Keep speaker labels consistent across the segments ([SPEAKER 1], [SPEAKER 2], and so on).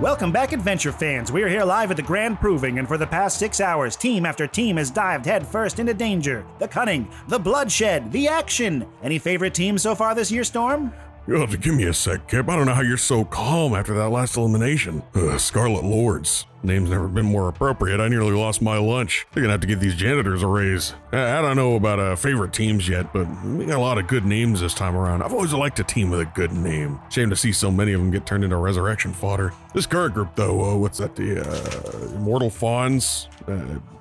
[SPEAKER 1] Welcome back, adventure fans. We're here live at the Grand Proving, and for the past six hours, team after team has dived headfirst into danger, the cunning, the bloodshed, the action. Any favorite team so far this year, Storm?
[SPEAKER 2] You'll have to give me a sec, Kip. I don't know how you're so calm after that last elimination. Ugh, Scarlet Lords. Name's never been more appropriate. I nearly lost my lunch. They're gonna have to give these janitors a raise. I, I don't know about uh, favorite teams yet, but we got a lot of good names this time around. I've always liked a team with a good name. Shame to see so many of them get turned into resurrection fodder. This current group, though, uh, what's that? The uh, Immortal Fawns? Uh,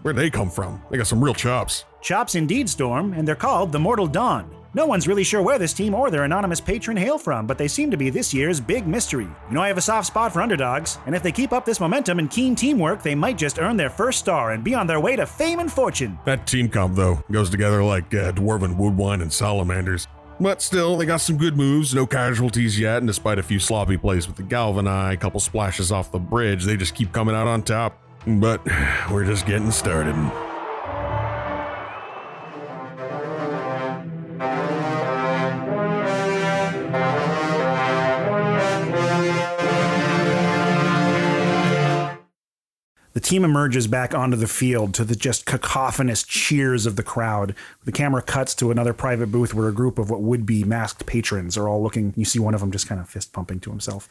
[SPEAKER 2] where'd they come from? They got some real chops.
[SPEAKER 1] Chops indeed, Storm, and they're called the Mortal Dawn. No one's really sure where this team or their anonymous patron hail from, but they seem to be this year's big mystery. You know, I have a soft spot for underdogs, and if they keep up this momentum and keen teamwork, they might just earn their first star and be on their way to fame and fortune.
[SPEAKER 2] That team comp, though, goes together like uh, Dwarven Woodwine and Salamanders. But still, they got some good moves, no casualties yet, and despite a few sloppy plays with the Galvanite, a couple splashes off the bridge, they just keep coming out on top. But we're just getting started.
[SPEAKER 1] The team emerges back onto the field to the just cacophonous cheers of the crowd. The camera cuts to another private booth where a group of what would be masked patrons are all looking. You see one of them just kind of fist pumping to himself.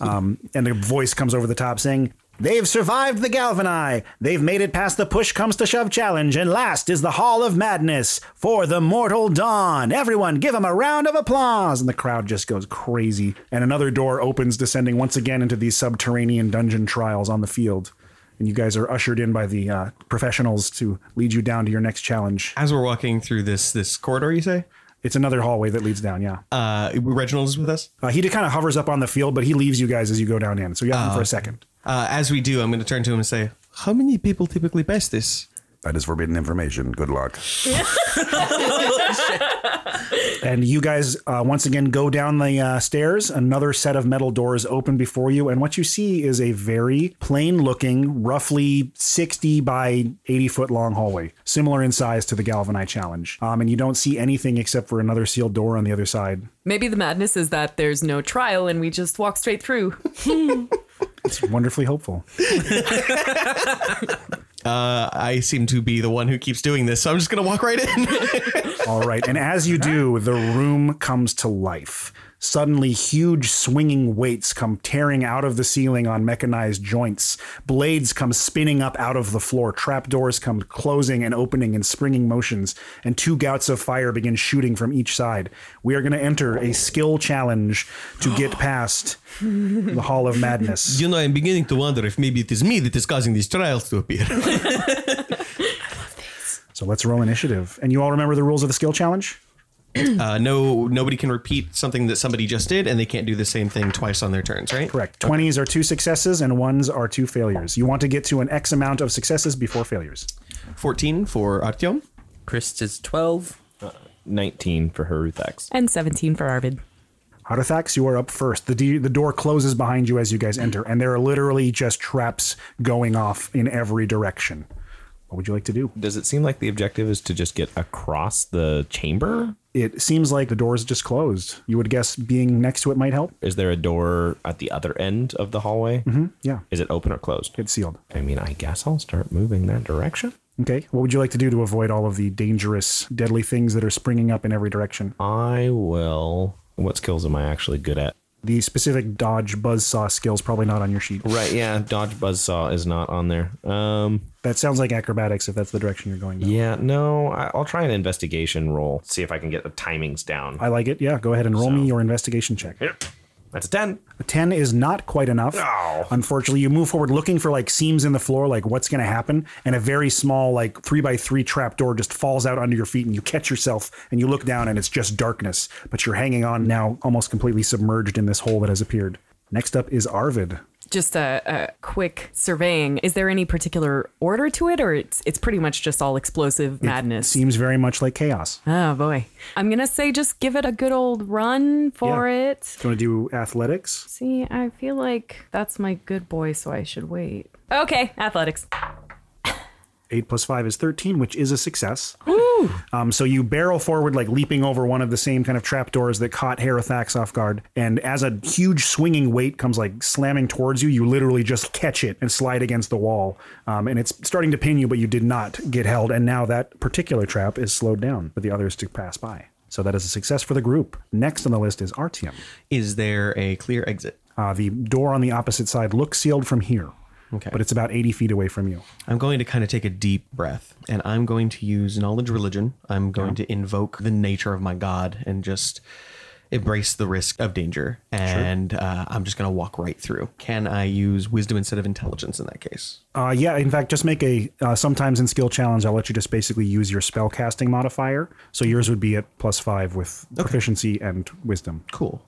[SPEAKER 1] um, and a voice comes over the top saying, They've survived the Galvani. They've made it past the push comes to shove challenge, and last is the Hall of Madness for the Mortal Dawn. Everyone, give them a round of applause. And the crowd just goes crazy. And another door opens, descending once again into these subterranean dungeon trials on the field and you guys are ushered in by the uh, professionals to lead you down to your next challenge.
[SPEAKER 3] As we're walking through this this corridor, you say
[SPEAKER 1] It's another hallway that leads down. Yeah, uh,
[SPEAKER 3] uh, Reginald is with us.
[SPEAKER 1] he kind of hovers up on the field, but he leaves you guys as you go down in. So you have him for a second.
[SPEAKER 3] Uh, as we do, I'm going to turn to him and say, "How many people typically best this?"
[SPEAKER 4] That is forbidden information. Good luck.
[SPEAKER 1] And you guys uh, once again go down the uh, stairs. Another set of metal doors open before you, and what you see is a very plain-looking, roughly 60 by 80 foot long hallway, similar in size to the Galvanite challenge. Um, and you don't see anything except for another sealed door on the other side.
[SPEAKER 5] Maybe the madness is that there's no trial and we just walk straight through.
[SPEAKER 1] It's wonderfully hopeful.
[SPEAKER 3] I seem to be the one who keeps doing this, so I'm just going to walk right in.
[SPEAKER 1] All right. And as you do, the room comes to life. Suddenly, huge swinging weights come tearing out of the ceiling on mechanized joints. Blades come spinning up out of the floor. Trapdoors come closing and opening in springing motions. And two gouts of fire begin shooting from each side. We are going to enter a skill challenge to get past the Hall of Madness.
[SPEAKER 3] you know, I'm beginning to wonder if maybe it is me that is causing these trials to appear.
[SPEAKER 1] So let's roll initiative. And you all remember the rules of the skill challenge?
[SPEAKER 3] uh, no, nobody can repeat something that somebody just did, and they can't do the same thing twice on their turns, right?
[SPEAKER 1] Correct. 20s are two successes and ones are two failures. You want to get to an X amount of successes before failures.
[SPEAKER 3] 14 for Artyom.
[SPEAKER 6] Chris is 12, uh, 19 for Haruthax.
[SPEAKER 5] and 17 for Arvid.
[SPEAKER 1] Artifacts, you are up first. The, d- the door closes behind you as you guys enter, and there are literally just traps going off in every direction. What would you like to do?
[SPEAKER 6] Does it seem like the objective is to just get across the chamber?
[SPEAKER 1] It seems like the door is just closed. You would guess being next to it might help?
[SPEAKER 6] Is there a door at the other end of the hallway?
[SPEAKER 1] Yeah,
[SPEAKER 6] Is it open or closed?
[SPEAKER 1] it's sealed.
[SPEAKER 6] I mean, I guess I'll start moving that direction.
[SPEAKER 1] Okay, what would you like to do to avoid all of the dangerous, deadly things that are springing up in every direction?
[SPEAKER 6] I will What skills am I actually good at?
[SPEAKER 1] The specific dodge buzzsaw skill's probably not on your sheet.
[SPEAKER 6] Right, yeah, dodge buzzsaw is not on there. Um,
[SPEAKER 1] That sounds like acrobatics if that's the direction you're going. Though.
[SPEAKER 6] yeah, no, I, I'll try an investigation roll, see if I can get the timings down.
[SPEAKER 1] I like it. Yeah, go ahead and roll me your investigation check.
[SPEAKER 6] That's a 10.
[SPEAKER 1] A 10 is not quite enough. Unfortunately, you move forward looking for like seams in the floor, like what's going to happen. And a very small, like three by three trap door just falls out under your feet and you catch yourself and you look down and it's just darkness. But you're hanging on now, almost completely submerged in this hole that has appeared. Next up is Arvid.
[SPEAKER 5] Just a, a quick surveying. Is there any particular order to it, or it's it's pretty much just all explosive madness?
[SPEAKER 1] Seems very much like chaos. Do
[SPEAKER 5] oh boy, I'm gonna say just give it a good old run for
[SPEAKER 1] Yeah.
[SPEAKER 5] it.
[SPEAKER 1] you want to do athletics?
[SPEAKER 5] See, I feel like that's my good boy, so I should wait. Okay, athletics.
[SPEAKER 1] Eight plus five is 13, which is a success. Um, so you barrel forward, like leaping over one of the same kind of trapdoors that caught Harithax off guard. And as a huge swinging weight comes like slamming towards you, you literally just catch it and slide against the wall. Um, and it's starting to pin you, but you did not get held. And now that particular trap is slowed down for the others to pass by. So that is a success for the group. Next on the list is Artium.
[SPEAKER 3] Is there a clear exit?
[SPEAKER 1] Uh, the door on the opposite side looks sealed from here,
[SPEAKER 3] Okay.
[SPEAKER 1] but it's about 80 feet away from you.
[SPEAKER 3] I'm going to kind of take a deep breath and I'm going to use knowledge religion. I'm going to invoke the nature of my God and just embrace the risk of danger. And uh, I'm just going to walk right through. Can I use wisdom instead of intelligence in that case?
[SPEAKER 1] Uh, yeah, in fact, just make a uh, sometimes in skill challenge. I'll let you just basically use your spell casting modifier. So yours would be at plus five with proficiency and wisdom.
[SPEAKER 3] Cool.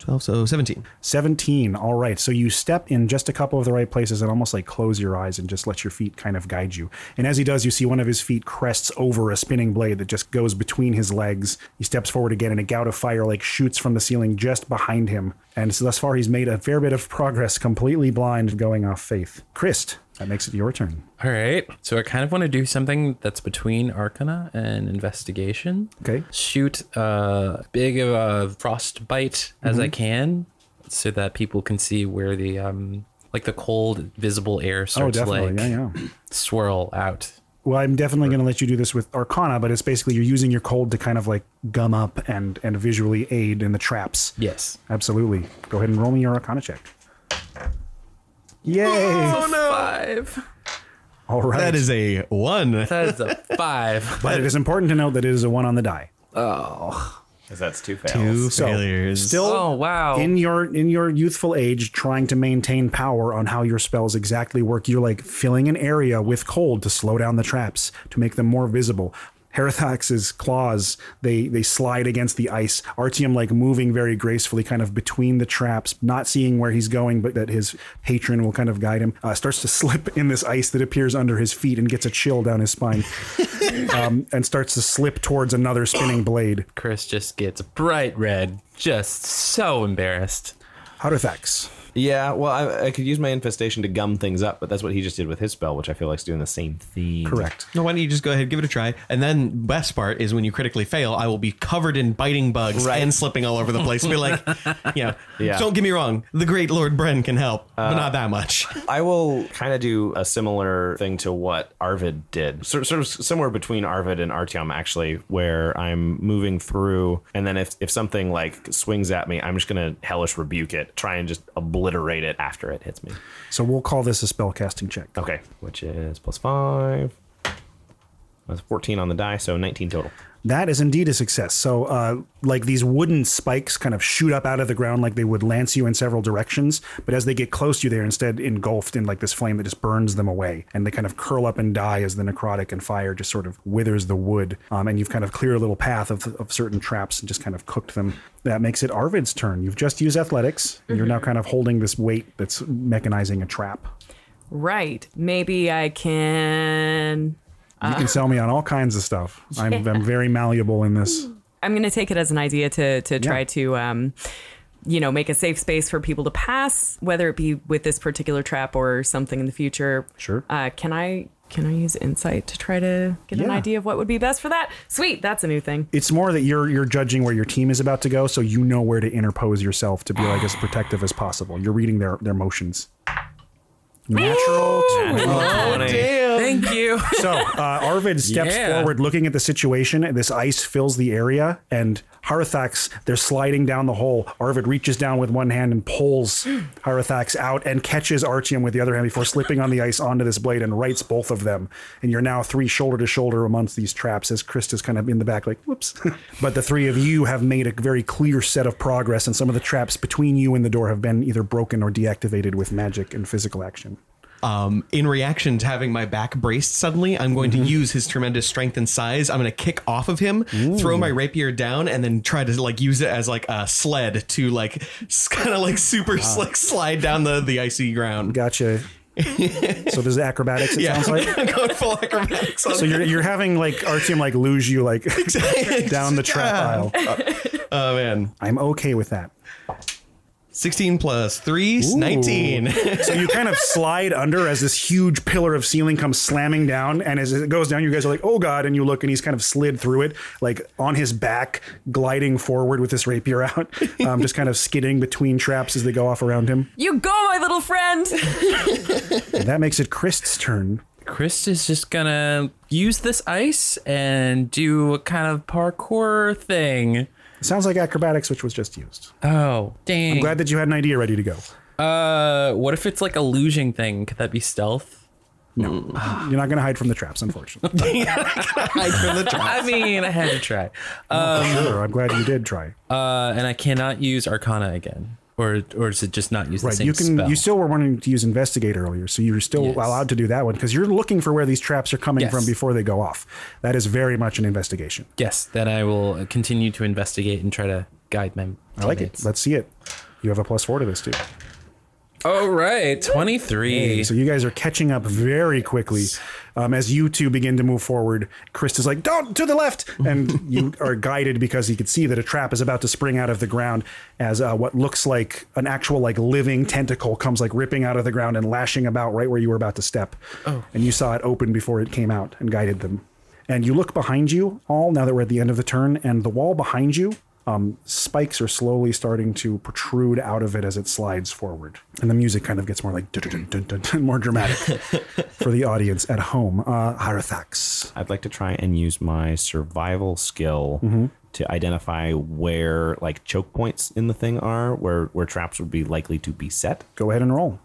[SPEAKER 3] 12, so 17.
[SPEAKER 1] 17. All right. So you step in just a couple of the right places and almost like close your eyes and just let your feet kind of guide you. And as he does, you see one of his feet crests over a spinning blade that just goes between his legs. He steps forward again and a gout of fire like shoots from the ceiling just behind him. And so thus far, he's made a fair bit of progress, completely blind and going off faith. Christ, that makes it your turn.
[SPEAKER 7] All right. So I kind of want to do something that's between Arcana and investigation.
[SPEAKER 1] Okay.
[SPEAKER 7] Shoot uh, big of a frostbite as
[SPEAKER 1] Mm-hmm.
[SPEAKER 7] I can, so that people can see where the um like the cold visible air
[SPEAKER 1] Oh,
[SPEAKER 7] starts to
[SPEAKER 1] definitely.
[SPEAKER 7] like
[SPEAKER 1] Yeah, yeah.
[SPEAKER 7] swirl out.
[SPEAKER 1] Well, I'm definitely going to let you do this with Arcana, but it's basically you're using your cold to kind of like gum up and and visually aid in the traps.
[SPEAKER 7] Yes.
[SPEAKER 1] Absolutely. Go ahead and roll me your Arcana check. Yay! Oh,
[SPEAKER 7] Five.
[SPEAKER 1] All right.
[SPEAKER 3] That is a one.
[SPEAKER 7] That is a five.
[SPEAKER 1] But it is important to note that it is a one on the die.
[SPEAKER 6] Because that's two fails.
[SPEAKER 3] Two
[SPEAKER 1] So,
[SPEAKER 3] failures.
[SPEAKER 1] Still
[SPEAKER 7] Oh wow.
[SPEAKER 1] in your in your youthful age trying to maintain power on how your spells exactly work you're like filling an area with cold to slow down the traps to make them more visible Herathax's claws they they slide against the ice Artium like moving very gracefully kind of between the traps not seeing where he's going but that his patron will kind of guide him uh, starts to slip in this ice that appears under his feet and gets a chill down his spine um, and starts to slip towards another spinning blade
[SPEAKER 7] Chris just gets bright red, just so embarrassed.
[SPEAKER 1] Herathax
[SPEAKER 6] Yeah, well, I, I could use my infestation to gum things up, but that's what he just did with his spell, which I feel like is doing the same thing.
[SPEAKER 1] correct
[SPEAKER 3] No, why don't you just go ahead, give it a try, and then best part is when you critically fail, I will be covered in biting bugs and slipping all over the place. Be like, you know,
[SPEAKER 6] Yeah.
[SPEAKER 3] don't get me wrong, the great Lord Bren can help,
[SPEAKER 1] Uh,
[SPEAKER 3] but not that much.
[SPEAKER 6] I will kind of do a similar thing to what Arvid did, sort, sort of somewhere between Arvid and Artyom, actually, where I'm moving through, and then if, if something like swings at me, I'm just gonna hellish rebuke it, try and just obliterate it after it hits me.
[SPEAKER 1] so we'll call this a spellcasting check
[SPEAKER 6] Okay, which is plus five. That's 14 on the die, so 19 total.
[SPEAKER 1] That is indeed a success. So, uh, like these wooden spikes kind of shoot up out of the ground like they would lance you in several directions. But as they get close to you, they're instead engulfed in like this flame that just burns them away. And they kind of curl up and die as the necrotic and fire just sort of withers the wood. Um, and you've kind of cleared a little path of, of certain traps and just kind of cooked them. That makes it Arvid's turn. You've just used athletics. and You're now kind of holding this weight that's mechanizing a trap.
[SPEAKER 5] Right. Maybe I can.
[SPEAKER 1] You can sell me on all kinds of stuff. I'm, I'm very malleable in this.
[SPEAKER 5] I'm going to take it as an idea to to try
[SPEAKER 1] Yeah.
[SPEAKER 5] to um you know, make a safe space for people to pass, whether it be with this particular trap or something in the future.
[SPEAKER 1] Sure.
[SPEAKER 5] Uh, can I can I use insight to try to get an
[SPEAKER 1] Yeah.
[SPEAKER 5] idea of what would be best for that? Sweet, that's a new thing.
[SPEAKER 1] it's more that you're you're judging where your team is about to go, so you know where to interpose yourself to be like as protective as Oh possible. You're reading their their motions. Natural. tw-
[SPEAKER 6] Twenty.
[SPEAKER 7] Thank you.
[SPEAKER 1] So uh, Arvid steps
[SPEAKER 7] Yeah.
[SPEAKER 1] forward, looking at the situation. and This ice fills the area, and Harathax, they're sliding down the hole. Arvid reaches down with one hand and pulls Harathax out and catches Artyom with the other hand before slipping on the ice onto this blade and rights both of them. And you're now three shoulder to shoulder amongst these traps as Krista's kind of in the back, like, whoops. but the three of you have made a very clear set of progress, and some of the traps between you and the door have been either broken or deactivated with magic and physical action.
[SPEAKER 3] Um, in reaction to having my back braced suddenly, I'm going
[SPEAKER 1] Mm-hmm.
[SPEAKER 3] to use his tremendous strength and size. I'm going to kick off of him, throw my rapier down, and then try to like use it as like a sled to like kind of like super slick slide down the the icy ground.
[SPEAKER 1] Gotcha. so there's acrobatics, it
[SPEAKER 3] yeah,
[SPEAKER 1] sounds like.
[SPEAKER 3] going full acrobatics. On
[SPEAKER 1] So you're you're having like Artyom like lose you like down the trap aisle.
[SPEAKER 3] oh man,
[SPEAKER 1] I'm okay with that.
[SPEAKER 3] 16 plus 3 is 19.
[SPEAKER 1] So you kind of slide under as this huge pillar of ceiling comes slamming down, and as it goes down, you guys are like, "Oh god!" And you look, and he's kind of slid through it, like on his back, gliding forward with this rapier out, um, just kind of skidding between traps as they go off around him.
[SPEAKER 5] You go, my little friend.
[SPEAKER 1] And that makes it Christ's turn.
[SPEAKER 7] Chris is just gonna use this ice and do a kind of parkour thing.
[SPEAKER 1] It sounds like acrobatics, which was just used.
[SPEAKER 7] Oh, dang.
[SPEAKER 1] I'm glad that you had an idea ready to go.
[SPEAKER 7] uh, what if it's like a losing thing? Could that be stealth?
[SPEAKER 1] You're not going to hide from the traps, unfortunately.
[SPEAKER 7] I mean, I had to try.
[SPEAKER 1] sure, I'm glad you did try.
[SPEAKER 7] Uh, and I cannot use Arcana again, or or is it just not use the
[SPEAKER 1] Right,
[SPEAKER 7] same
[SPEAKER 1] you can.
[SPEAKER 7] spell?
[SPEAKER 1] You still were wanting to use investigate earlier, so you're still
[SPEAKER 7] Yes.
[SPEAKER 1] allowed to do that one because you're looking for where these traps are coming
[SPEAKER 7] Yes.
[SPEAKER 1] from before they go off. That is very much an investigation.
[SPEAKER 7] yes, then I will continue to investigate and try to guide my.
[SPEAKER 1] I like it. Let's see it. You have a plus four to this too.
[SPEAKER 7] All right, twenty three.
[SPEAKER 1] So you guys are catching up very quickly. Um, as you two begin to move forward, Chris is like, "Don't to the left," and you are guided because he could see that a trap is about to spring out of the ground. As uh, what looks like an actual like living tentacle comes like ripping out of the ground and lashing about right where you were about to step. Oh. And you saw it open before it came out and guided them. And you look behind you all now that we're at the end of the turn, and the wall behind you um, spikes are slowly starting to protrude out of it as it slides forward. And the music kind of gets more like dun, dun, dun, dun, dun, more dramatic for the audience at home. Uh, Harathax.
[SPEAKER 6] I'd like to try and use my survival skill to identify where like choke points in the thing are, where where traps would be likely to be set.
[SPEAKER 1] Go ahead and roll.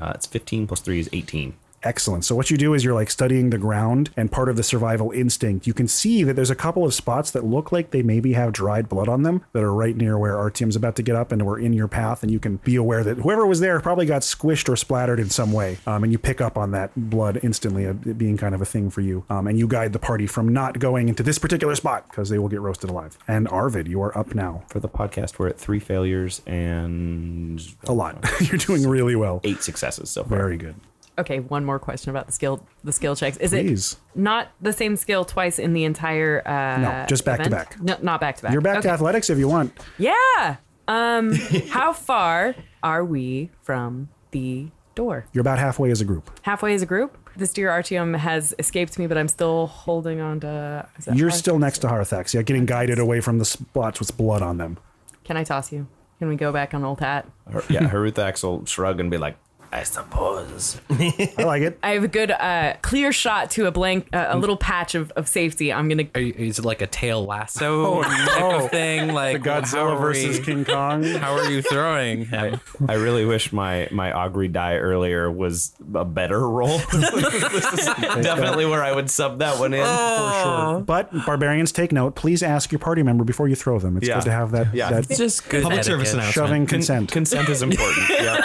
[SPEAKER 6] Uh, it's 15 plus 3 is 18.
[SPEAKER 1] Excellent. So what you do is you're like studying the ground and part of the survival instinct. You can see that there's a couple of spots that look like they maybe have dried blood on them that are right near where Artyom's about to get up and we're in your path and you can be aware that whoever was there probably got squished or splattered in some way. Um, and you pick up on that blood instantly, uh, it being kind of a thing for you. Um, and you guide the party from not going into this particular spot because they will get roasted alive. And Arvid, you are up now.
[SPEAKER 6] For the podcast, we're at three failures and
[SPEAKER 1] A lot. you're doing really well.
[SPEAKER 6] eight successes so far.
[SPEAKER 1] Very good.
[SPEAKER 5] okay, one more question about the skill the skill checks. Is
[SPEAKER 1] Please.
[SPEAKER 5] it not the same skill twice in the entire? Uh,
[SPEAKER 1] No, just back to
[SPEAKER 5] event?
[SPEAKER 1] back.
[SPEAKER 5] No, not back to back.
[SPEAKER 1] You're back
[SPEAKER 5] Okay.
[SPEAKER 1] to athletics if you want.
[SPEAKER 5] Yeah. Um, how far are we from the door?
[SPEAKER 1] You're about halfway as a group.
[SPEAKER 5] Halfway as a group. This dear Artium has escaped me, but I'm still holding on to. is that
[SPEAKER 1] You're
[SPEAKER 5] hard?
[SPEAKER 1] still next to Harathax. Yeah, getting guided away from the spots with blood on them.
[SPEAKER 5] Can I toss you? Can we go back on old hat?
[SPEAKER 6] Her- yeah, Haruthax will shrug and be like, I suppose.
[SPEAKER 1] I like it.
[SPEAKER 5] I have a good uh, clear shot to a blank, uh,
[SPEAKER 1] Mm.
[SPEAKER 5] a little patch of, of safety. I'm gonna.
[SPEAKER 7] Are you, is it like a tail
[SPEAKER 1] Oh,
[SPEAKER 7] lasso type of thing? Like how are we,
[SPEAKER 1] King Kong.
[SPEAKER 7] How are you throwing him?
[SPEAKER 6] I really wish my my augury die earlier was a better roll. this is definitely where I would sub that one in.
[SPEAKER 1] But barbarians, take note. Please ask your party member before you throw them. It's
[SPEAKER 6] Yeah.
[SPEAKER 1] good to have that,
[SPEAKER 6] Yeah.
[SPEAKER 1] that
[SPEAKER 7] Just good
[SPEAKER 3] Public service
[SPEAKER 7] etiquette.
[SPEAKER 3] announcement.
[SPEAKER 1] shoving consent.
[SPEAKER 6] Consent is important. yeah.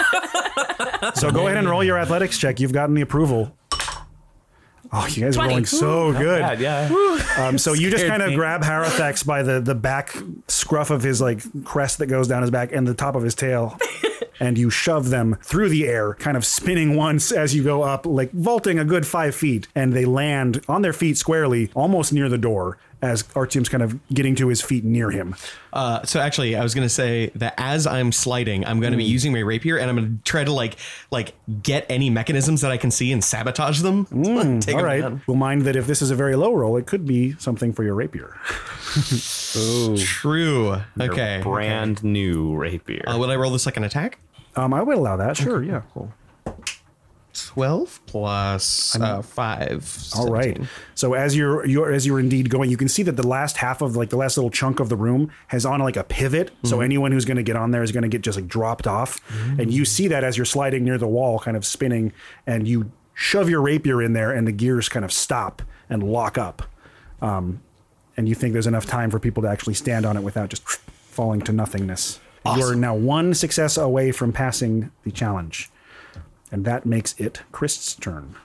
[SPEAKER 1] so go ahead and roll your athletics check. You've gotten the approval. Oh, you guys are
[SPEAKER 5] 20.
[SPEAKER 1] rolling so good.
[SPEAKER 6] Bad, yeah.
[SPEAKER 1] Um, so you just
[SPEAKER 7] Scared
[SPEAKER 1] kind of
[SPEAKER 7] me.
[SPEAKER 1] grab Harathax by the, the back scruff of his like crest that goes down his back and the top of his tail. And you shove them through the air, kind of spinning once as you go up, like vaulting a good five feet. And they land on their feet squarely, almost near the door, as Artyom's kind of getting to his feet near him.
[SPEAKER 3] Uh, so actually, I was gonna say that as I'm sliding, I'm gonna be
[SPEAKER 7] Hmm.
[SPEAKER 3] using my rapier and I'm gonna try to like like get any mechanisms that I can see and sabotage them.
[SPEAKER 7] Hmm,
[SPEAKER 3] Take
[SPEAKER 1] All
[SPEAKER 3] them
[SPEAKER 1] right.
[SPEAKER 3] down.
[SPEAKER 1] We'll mind that if this is a very low roll, it could be something for your rapier.
[SPEAKER 3] True. Okay.
[SPEAKER 6] Brand new rapier.
[SPEAKER 3] Uh, would I roll this like an attack?
[SPEAKER 1] Um, I would allow that. Sure. Yeah.
[SPEAKER 3] 12 plus uh, 5.
[SPEAKER 1] All right.
[SPEAKER 3] 17.
[SPEAKER 1] So as you're you're as you're indeed going, you can see that the last half of like the last little chunk of the room has on like a pivot. So anyone who's going to get on there is going to get just like dropped off. And you see that as you're sliding near the wall, kind of spinning, and you shove your rapier in there, and the gears kind of stop and lock up. Um, and you think there's enough time for people to actually stand on it without just falling to nothingness. You are now one success away from passing the challenge. And that makes it Chris's turn.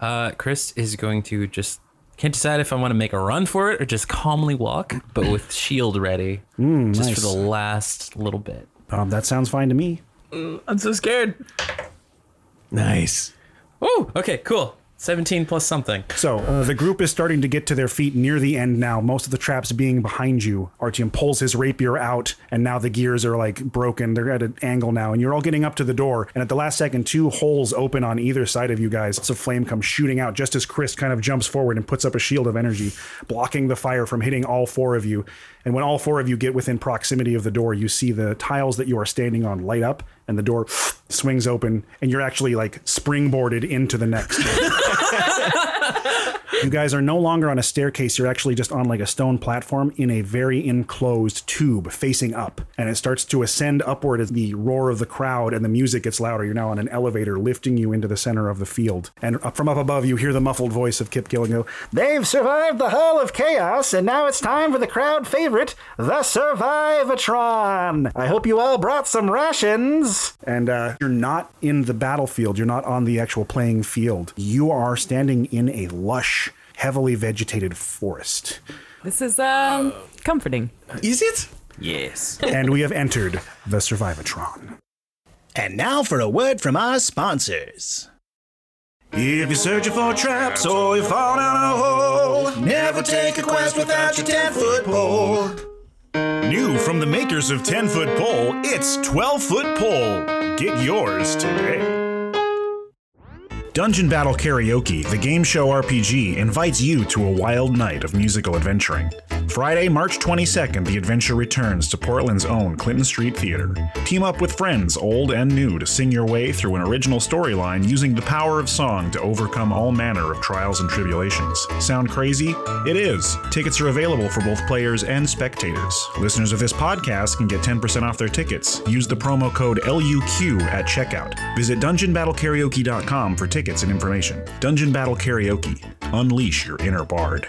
[SPEAKER 7] Uh, Chris is going to just can't decide if I want to make a run for it or just calmly walk, but with shield ready, just for
[SPEAKER 1] nice.
[SPEAKER 7] the last little bit.
[SPEAKER 1] Um, that sounds fine to me.
[SPEAKER 7] I'm so scared.
[SPEAKER 3] Nice.
[SPEAKER 7] Oh, okay, cool. 17 plus something.
[SPEAKER 1] So uh, the group is starting to get to their feet near the end now, most of the traps being behind you. Artyom pulls his rapier out, and now the gears are like broken. They're at an angle now, and you're all getting up to the door. And at the last second, two holes open on either side of you guys. So flame comes shooting out just as Chris kind of jumps forward and puts up a shield of energy, blocking the fire from hitting all four of you. And when all four of you get within proximity of the door, you see the tiles that you are standing on light up, and the door swings open, and you're actually like springboarded into the next. You guys are no longer on a staircase. You're actually just on like a stone platform in a very enclosed tube facing up. And it starts to ascend upward as the roar of the crowd and the music gets louder. You're now on an elevator lifting you into the center of the field. And up from up above, you hear the muffled voice of Kip Gillen go, They've survived the Hull of Chaos, and now it's time for the crowd favorite, the Survivatron. I hope you all brought some rations. And uh, you're not in the battlefield. You're not on the actual playing field. You are standing in a lush, heavily vegetated forest.
[SPEAKER 8] This is
[SPEAKER 1] Uh,
[SPEAKER 8] um, comforting.
[SPEAKER 3] Is it?
[SPEAKER 9] Yes.
[SPEAKER 1] and we have entered the Survivatron.
[SPEAKER 10] And now for a word from our sponsors.
[SPEAKER 11] If you're searching for traps or you fall down a hole, never take a quest without your 10 foot pole. New from the makers of 10 foot pole, it's 12 foot pole. Get yours today. Dungeon Battle Karaoke, the game show RPG, invites you to a wild night of musical adventuring. Friday, March 22nd, the adventure returns to Portland's own Clinton Street Theater. Team up with friends, old and new, to sing your way through an original storyline using the power of song to overcome all manner of trials and tribulations. Sound crazy? It is. Tickets are available for both players and spectators. Listeners of this podcast can get 10% off their tickets. Use the promo code LUQ at checkout. Visit dungeonbattlekaraoke.com for tickets and information. Dungeon Battle Karaoke. Unleash your inner bard.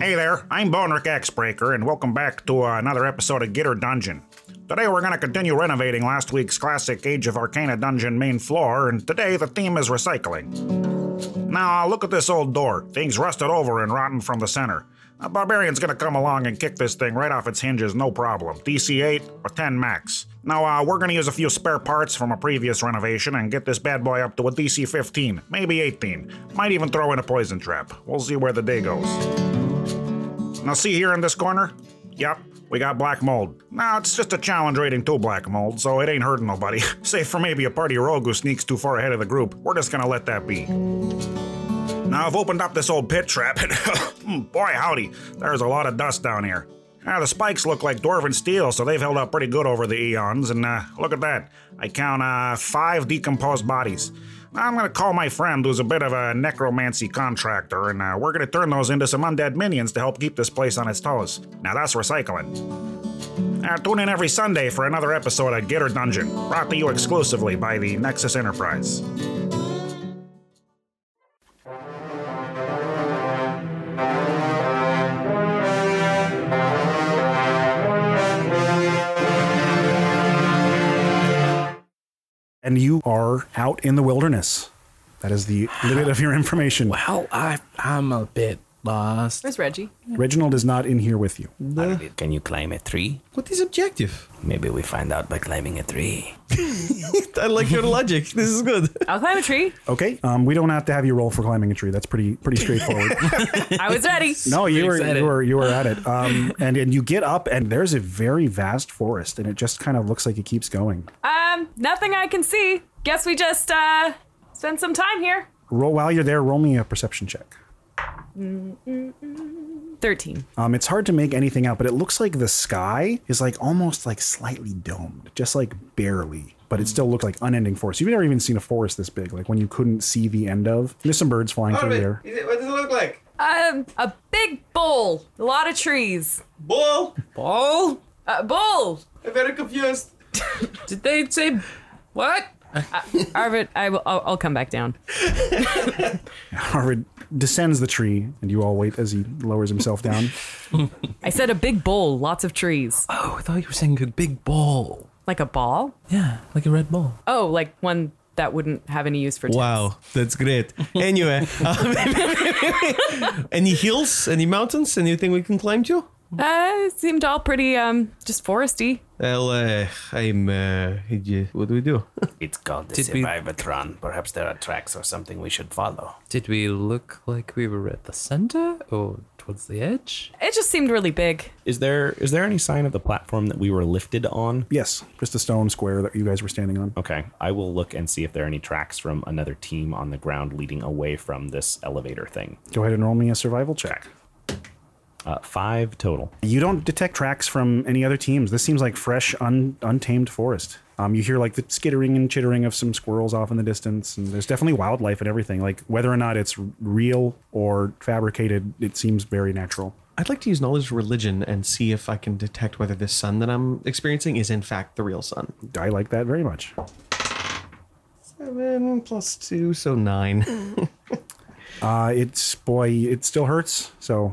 [SPEAKER 11] Hey there, I'm Bonrick Axebreaker, and welcome back to uh, another episode of Gitter Dungeon. Today we're going to continue renovating last week's classic Age of Arcana dungeon main floor, and today the theme is recycling. Now, uh, look at this old door. Things rusted over and rotten from the center. A barbarian's going to come along and kick this thing right off its hinges, no problem. DC 8 or 10 max. Now, uh, we're going to use a few spare parts from a previous renovation and get this bad boy up to a DC 15, maybe 18. Might even throw in a poison trap. We'll see where the day goes. Now, see here in this corner? Yep, we got black mold. Now, it's just a challenge rating to black mold, so it ain't hurting nobody. Save for maybe a party rogue who sneaks too far ahead of the group. We're just gonna let that be. Now, I've opened up this old pit trap, and hmm, boy, howdy, there's a lot of dust down here. Now, the spikes look like dwarven steel, so they've held up pretty good over the eons, and uh, look at that. I count uh, five decomposed bodies. Now, I'm gonna call my friend, who's a bit of a necromancy contractor, and uh, we're gonna turn those into some undead minions to help keep this place on its toes. Now, that's recycling.
[SPEAKER 1] Uh, tune in every Sunday for another episode at Gator Dungeon, brought to you exclusively by the Nexus Enterprise.
[SPEAKER 11] and you are out in the wilderness. That is the limit of your information.
[SPEAKER 7] Wow, I I'm a bit lost.
[SPEAKER 5] Where's Reggie?
[SPEAKER 11] Reginald is not in here with you.
[SPEAKER 12] Can you climb a tree?
[SPEAKER 3] What is objective?
[SPEAKER 12] Maybe we find out by climbing a tree.
[SPEAKER 3] I like your logic. This is good.
[SPEAKER 5] I'll climb a tree.
[SPEAKER 11] Okay, um, we don't have to have you roll for climbing a tree. That's pretty pretty straightforward.
[SPEAKER 5] I was ready.
[SPEAKER 11] no, you were you were you were at it. Um, and and you get up, and there's a very vast forest, and it just kind of looks like it keeps going.
[SPEAKER 5] Um, nothing I can see. Guess we just uh spend some time here.
[SPEAKER 11] Roll while you're there. Roll me a perception check.
[SPEAKER 5] Thirteen.
[SPEAKER 11] Um, it's hard to make anything out, but it looks like the sky is like almost like slightly domed, just like barely. But it still looks like unending forest. You've never even seen a forest this big, like when you couldn't see the end of. There's some birds flying through there.
[SPEAKER 3] What does it look like?
[SPEAKER 5] Um, a big bowl, a lot of trees.
[SPEAKER 3] Bull.
[SPEAKER 7] Bowl?
[SPEAKER 5] Uh, bowl.
[SPEAKER 3] I'm very confused.
[SPEAKER 7] Did they say what?
[SPEAKER 5] Uh, Arvid, I will. I'll, I'll come back down.
[SPEAKER 11] Harvard descends the tree, and you all wait as he lowers himself down.
[SPEAKER 5] I said a big bowl, lots of trees.
[SPEAKER 7] Oh, I thought you were saying a big bowl.
[SPEAKER 5] Like a ball?
[SPEAKER 7] Yeah, like a red ball.
[SPEAKER 5] Oh, like one that wouldn't have any use for. T-
[SPEAKER 3] Wow, that's great. Anyway, um, any hills, any mountains, anything we can climb to?
[SPEAKER 5] uh, it seemed all pretty um, just foresty.
[SPEAKER 3] Well, uh, I'm. Uh, yeah, what do we do?
[SPEAKER 12] It's called the
[SPEAKER 7] Did we-
[SPEAKER 12] Survivatron. Perhaps there are tracks or something we should follow.
[SPEAKER 7] Did we look like we were at the center or towards the edge?
[SPEAKER 5] It just seemed really big.
[SPEAKER 6] Is there is there any sign of the platform that we were lifted on?
[SPEAKER 11] Yes, just a stone square that you guys were standing on.
[SPEAKER 6] Okay, I will look and see if there are any tracks from another team on the ground leading away from this elevator thing.
[SPEAKER 11] Go ahead and roll me a survival check.
[SPEAKER 6] Uh, five total.
[SPEAKER 11] You don't detect tracks from any other teams. This seems like fresh, un- untamed forest. Um, you hear like the skittering and chittering of some squirrels off in the distance, and there's definitely wildlife and everything. Like whether or not it's r- real or fabricated, it seems very natural.
[SPEAKER 3] I'd like to use knowledge of religion and see if I can detect whether this sun that I'm experiencing is in fact the real sun.
[SPEAKER 11] I like that very much.
[SPEAKER 3] Seven plus two, so nine.
[SPEAKER 11] Uh, it's boy, it still hurts. So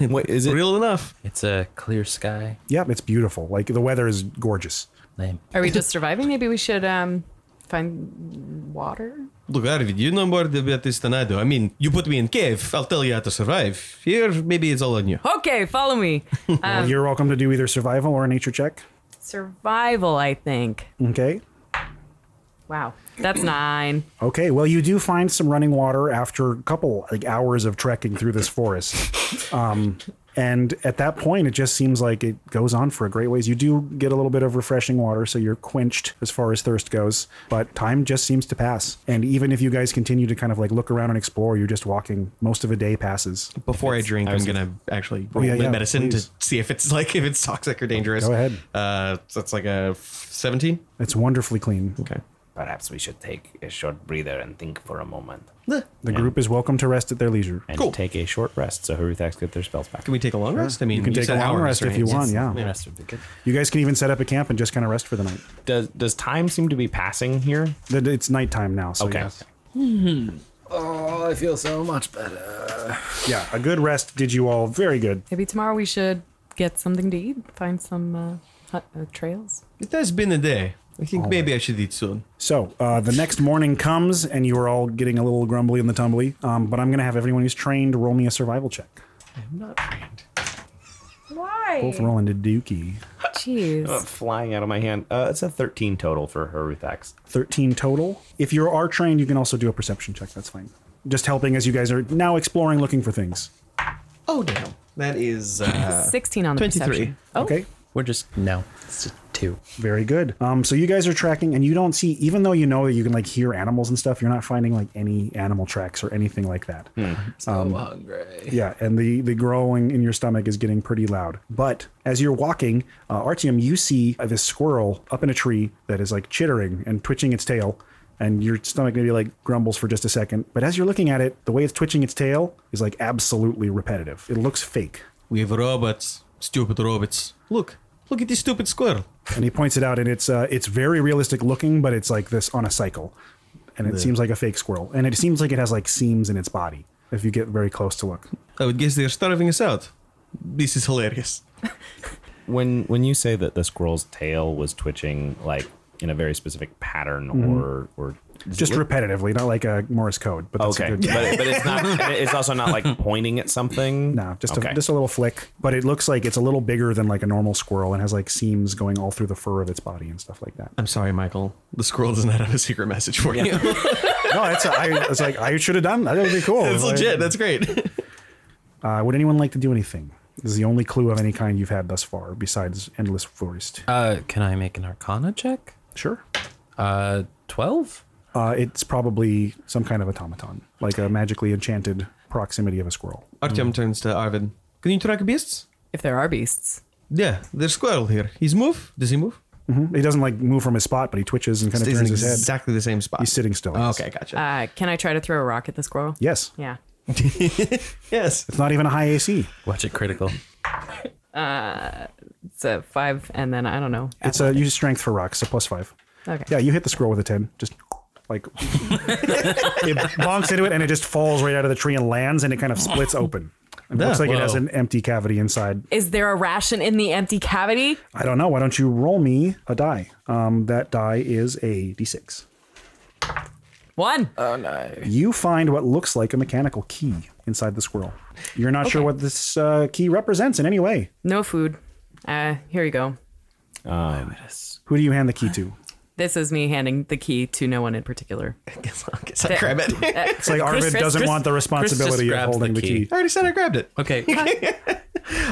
[SPEAKER 6] Wait, is it
[SPEAKER 3] real enough?
[SPEAKER 7] It's a clear sky.
[SPEAKER 11] yeah, it's beautiful. Like the weather is gorgeous.
[SPEAKER 7] Lame.
[SPEAKER 5] Are we just surviving? Maybe we should um, find water.
[SPEAKER 3] Look, Arvid, you know more about this than I do. I mean, you put me in cave. I'll tell you how to survive. Here, maybe it's all on you.
[SPEAKER 5] Okay, follow me.
[SPEAKER 11] Well, you're welcome to do either survival or a nature check.
[SPEAKER 5] Survival, I think.
[SPEAKER 11] Okay.
[SPEAKER 5] Wow, that's nine.
[SPEAKER 11] Okay, well, you do find some running water after a couple like hours of trekking through this forest, um, and at that point, it just seems like it goes on for a great ways. You do get a little bit of refreshing water, so you're quenched as far as thirst goes. But time just seems to pass, and even if you guys continue to kind of like look around and explore, you're just walking. Most of a day passes.
[SPEAKER 3] Before I drink, I'm gonna actually roll
[SPEAKER 11] Oh, yeah,
[SPEAKER 3] my
[SPEAKER 11] yeah,
[SPEAKER 3] medicine
[SPEAKER 11] please. Oh,
[SPEAKER 3] to see if it's like if it's toxic or dangerous.
[SPEAKER 11] Go ahead.
[SPEAKER 3] Uh, so that's like a seventeen.
[SPEAKER 11] It's wonderfully clean.
[SPEAKER 3] Okay.
[SPEAKER 12] Perhaps we should take a short breather and think for a moment.
[SPEAKER 3] Eh,
[SPEAKER 11] The group is welcome to rest at their leisure.
[SPEAKER 6] and take a short rest so Haruthax get their spells back.
[SPEAKER 3] Can we take a long rest? I mean,
[SPEAKER 11] You can take
[SPEAKER 3] said
[SPEAKER 11] a long
[SPEAKER 3] hours,
[SPEAKER 11] rest if
[SPEAKER 3] right?
[SPEAKER 11] you want. Yeah,
[SPEAKER 12] Rest would be good.
[SPEAKER 11] you guys can even set up a camp and just kind of rest for the night.
[SPEAKER 6] Does does time seem to be passing here?
[SPEAKER 11] Th- It's nighttime now, so
[SPEAKER 6] Okay.
[SPEAKER 11] yes.
[SPEAKER 12] Oh, I feel so much better.
[SPEAKER 11] yeah, a good rest did you all very good.
[SPEAKER 5] Maybe tomorrow we should get something to eat, find some uh, hut, uh, trails.
[SPEAKER 3] It has been a day. I think
[SPEAKER 11] Oh.
[SPEAKER 3] maybe I should eat soon.
[SPEAKER 11] So uh, the next morning comes, and you are all getting a little grumbly in the tumbly. Um, but I'm going to have everyone who's trained roll me a survival check.
[SPEAKER 3] I'm not trained.
[SPEAKER 5] Why?
[SPEAKER 11] Both Oh. rolling to Dookie.
[SPEAKER 5] Jeez.
[SPEAKER 6] Uh, flying out of my hand. Uh, it's a 13 total for Haruthax.
[SPEAKER 11] 13 total. If you are trained, you can also do a perception check. That's fine. Just helping as you guys are now exploring, looking for things.
[SPEAKER 3] Oh damn! That is uh,
[SPEAKER 5] 16 on the
[SPEAKER 3] 23.
[SPEAKER 5] perception. Oh,
[SPEAKER 11] Okay.
[SPEAKER 7] We're just no. It's just two.
[SPEAKER 11] Very good. Um, so you guys are tracking, and you don't see, even though you know that you can like hear animals and stuff, you're not finding like any animal tracks or anything like that. Um,
[SPEAKER 7] I'm hungry.
[SPEAKER 11] Yeah, and the the growling in your stomach is getting pretty loud. But as you're walking, uh, Artium, you see uh, this squirrel up in a tree that is like chittering and twitching its tail, and your stomach maybe like grumbles for just a second. But as you're looking at it, the way it's twitching its tail is like absolutely repetitive. It looks fake.
[SPEAKER 3] We have robots, stupid robots. Look, Look at this stupid squirrel.
[SPEAKER 11] and he points it out, and it's uh, it's very realistic looking, but it's like this on a cycle, and it
[SPEAKER 3] Yeah.
[SPEAKER 11] seems like a fake squirrel, and it seems like it has like seams in its body if you get very close to look.
[SPEAKER 3] I would guess they're starving us out. This is hilarious.
[SPEAKER 6] when when you say that the squirrel's tail was twitching like in a very specific pattern
[SPEAKER 11] Mhm.
[SPEAKER 6] or or
[SPEAKER 11] Just repetitively, not like a Morse code, but that's
[SPEAKER 6] okay,
[SPEAKER 11] a
[SPEAKER 6] but,
[SPEAKER 11] good.
[SPEAKER 6] but it's not. It's also not like pointing at something.
[SPEAKER 11] No, just
[SPEAKER 6] okay.
[SPEAKER 11] a, just a little flick, but it looks like it's a little bigger than like a normal squirrel and has like seams going all through the fur of its body and stuff like that.
[SPEAKER 3] I'm sorry, Michael. The squirrel does not have a secret message for you.
[SPEAKER 11] no, it's I it's like I should have done that. That would be cool.
[SPEAKER 3] That's
[SPEAKER 11] Like,
[SPEAKER 3] legit. That's great.
[SPEAKER 11] Uh, would anyone like to do anything? This is the only clue of any kind you've had thus far, besides endless forest.
[SPEAKER 7] Uh, can I make an Arcana check?
[SPEAKER 11] Sure.
[SPEAKER 7] Uh, twelve.
[SPEAKER 11] Uh, it's probably some kind of automaton, like a magically enchanted proximity of a squirrel.
[SPEAKER 3] Artyom turns to Arvid. Can you track beasts?
[SPEAKER 5] If there are beasts.
[SPEAKER 3] Yeah, there's squirrel here. He's move. Does he move?
[SPEAKER 11] hmm He doesn't like move from his spot, but he twitches and kind of
[SPEAKER 3] Stays in
[SPEAKER 11] turns his head.
[SPEAKER 3] exactly the same spot. Oh,
[SPEAKER 11] He's sitting still.
[SPEAKER 3] Okay, gotcha.
[SPEAKER 5] Uh, can I try to throw a rock at the squirrel?
[SPEAKER 11] Yes.
[SPEAKER 5] Yeah.
[SPEAKER 3] Yes.
[SPEAKER 11] It's not even a high AC.
[SPEAKER 7] Watch it critical.
[SPEAKER 5] Uh, it's a five, and then I don't know.
[SPEAKER 11] It's a use strength for rocks, so plus five.
[SPEAKER 5] Okay.
[SPEAKER 11] Yeah, you hit the squirrel with a ten. Just like it bonks into it, and it just falls right out of the tree and lands, and it kind of splits open. It
[SPEAKER 5] Yeah.
[SPEAKER 11] looks like it has
[SPEAKER 5] Whoa.
[SPEAKER 11] an empty cavity inside.
[SPEAKER 5] Is there a ration in the empty cavity?
[SPEAKER 11] I don't know. Why don't you roll me a die? Um, that die is a d6.
[SPEAKER 5] One.
[SPEAKER 11] Uh.
[SPEAKER 12] Oh no.
[SPEAKER 11] You find what looks like a mechanical key inside the squirrel. You're not sure what this uh, key represents in any way.
[SPEAKER 5] No food. Uh, here you go.
[SPEAKER 6] Um,
[SPEAKER 11] who do you hand the key to?
[SPEAKER 5] This is me handing the key to no one in particular.
[SPEAKER 3] guess I'll grab it.
[SPEAKER 11] It's like Arvid doesn't want the responsibility of holding the key.
[SPEAKER 3] I already said I grabbed it.
[SPEAKER 7] Okay.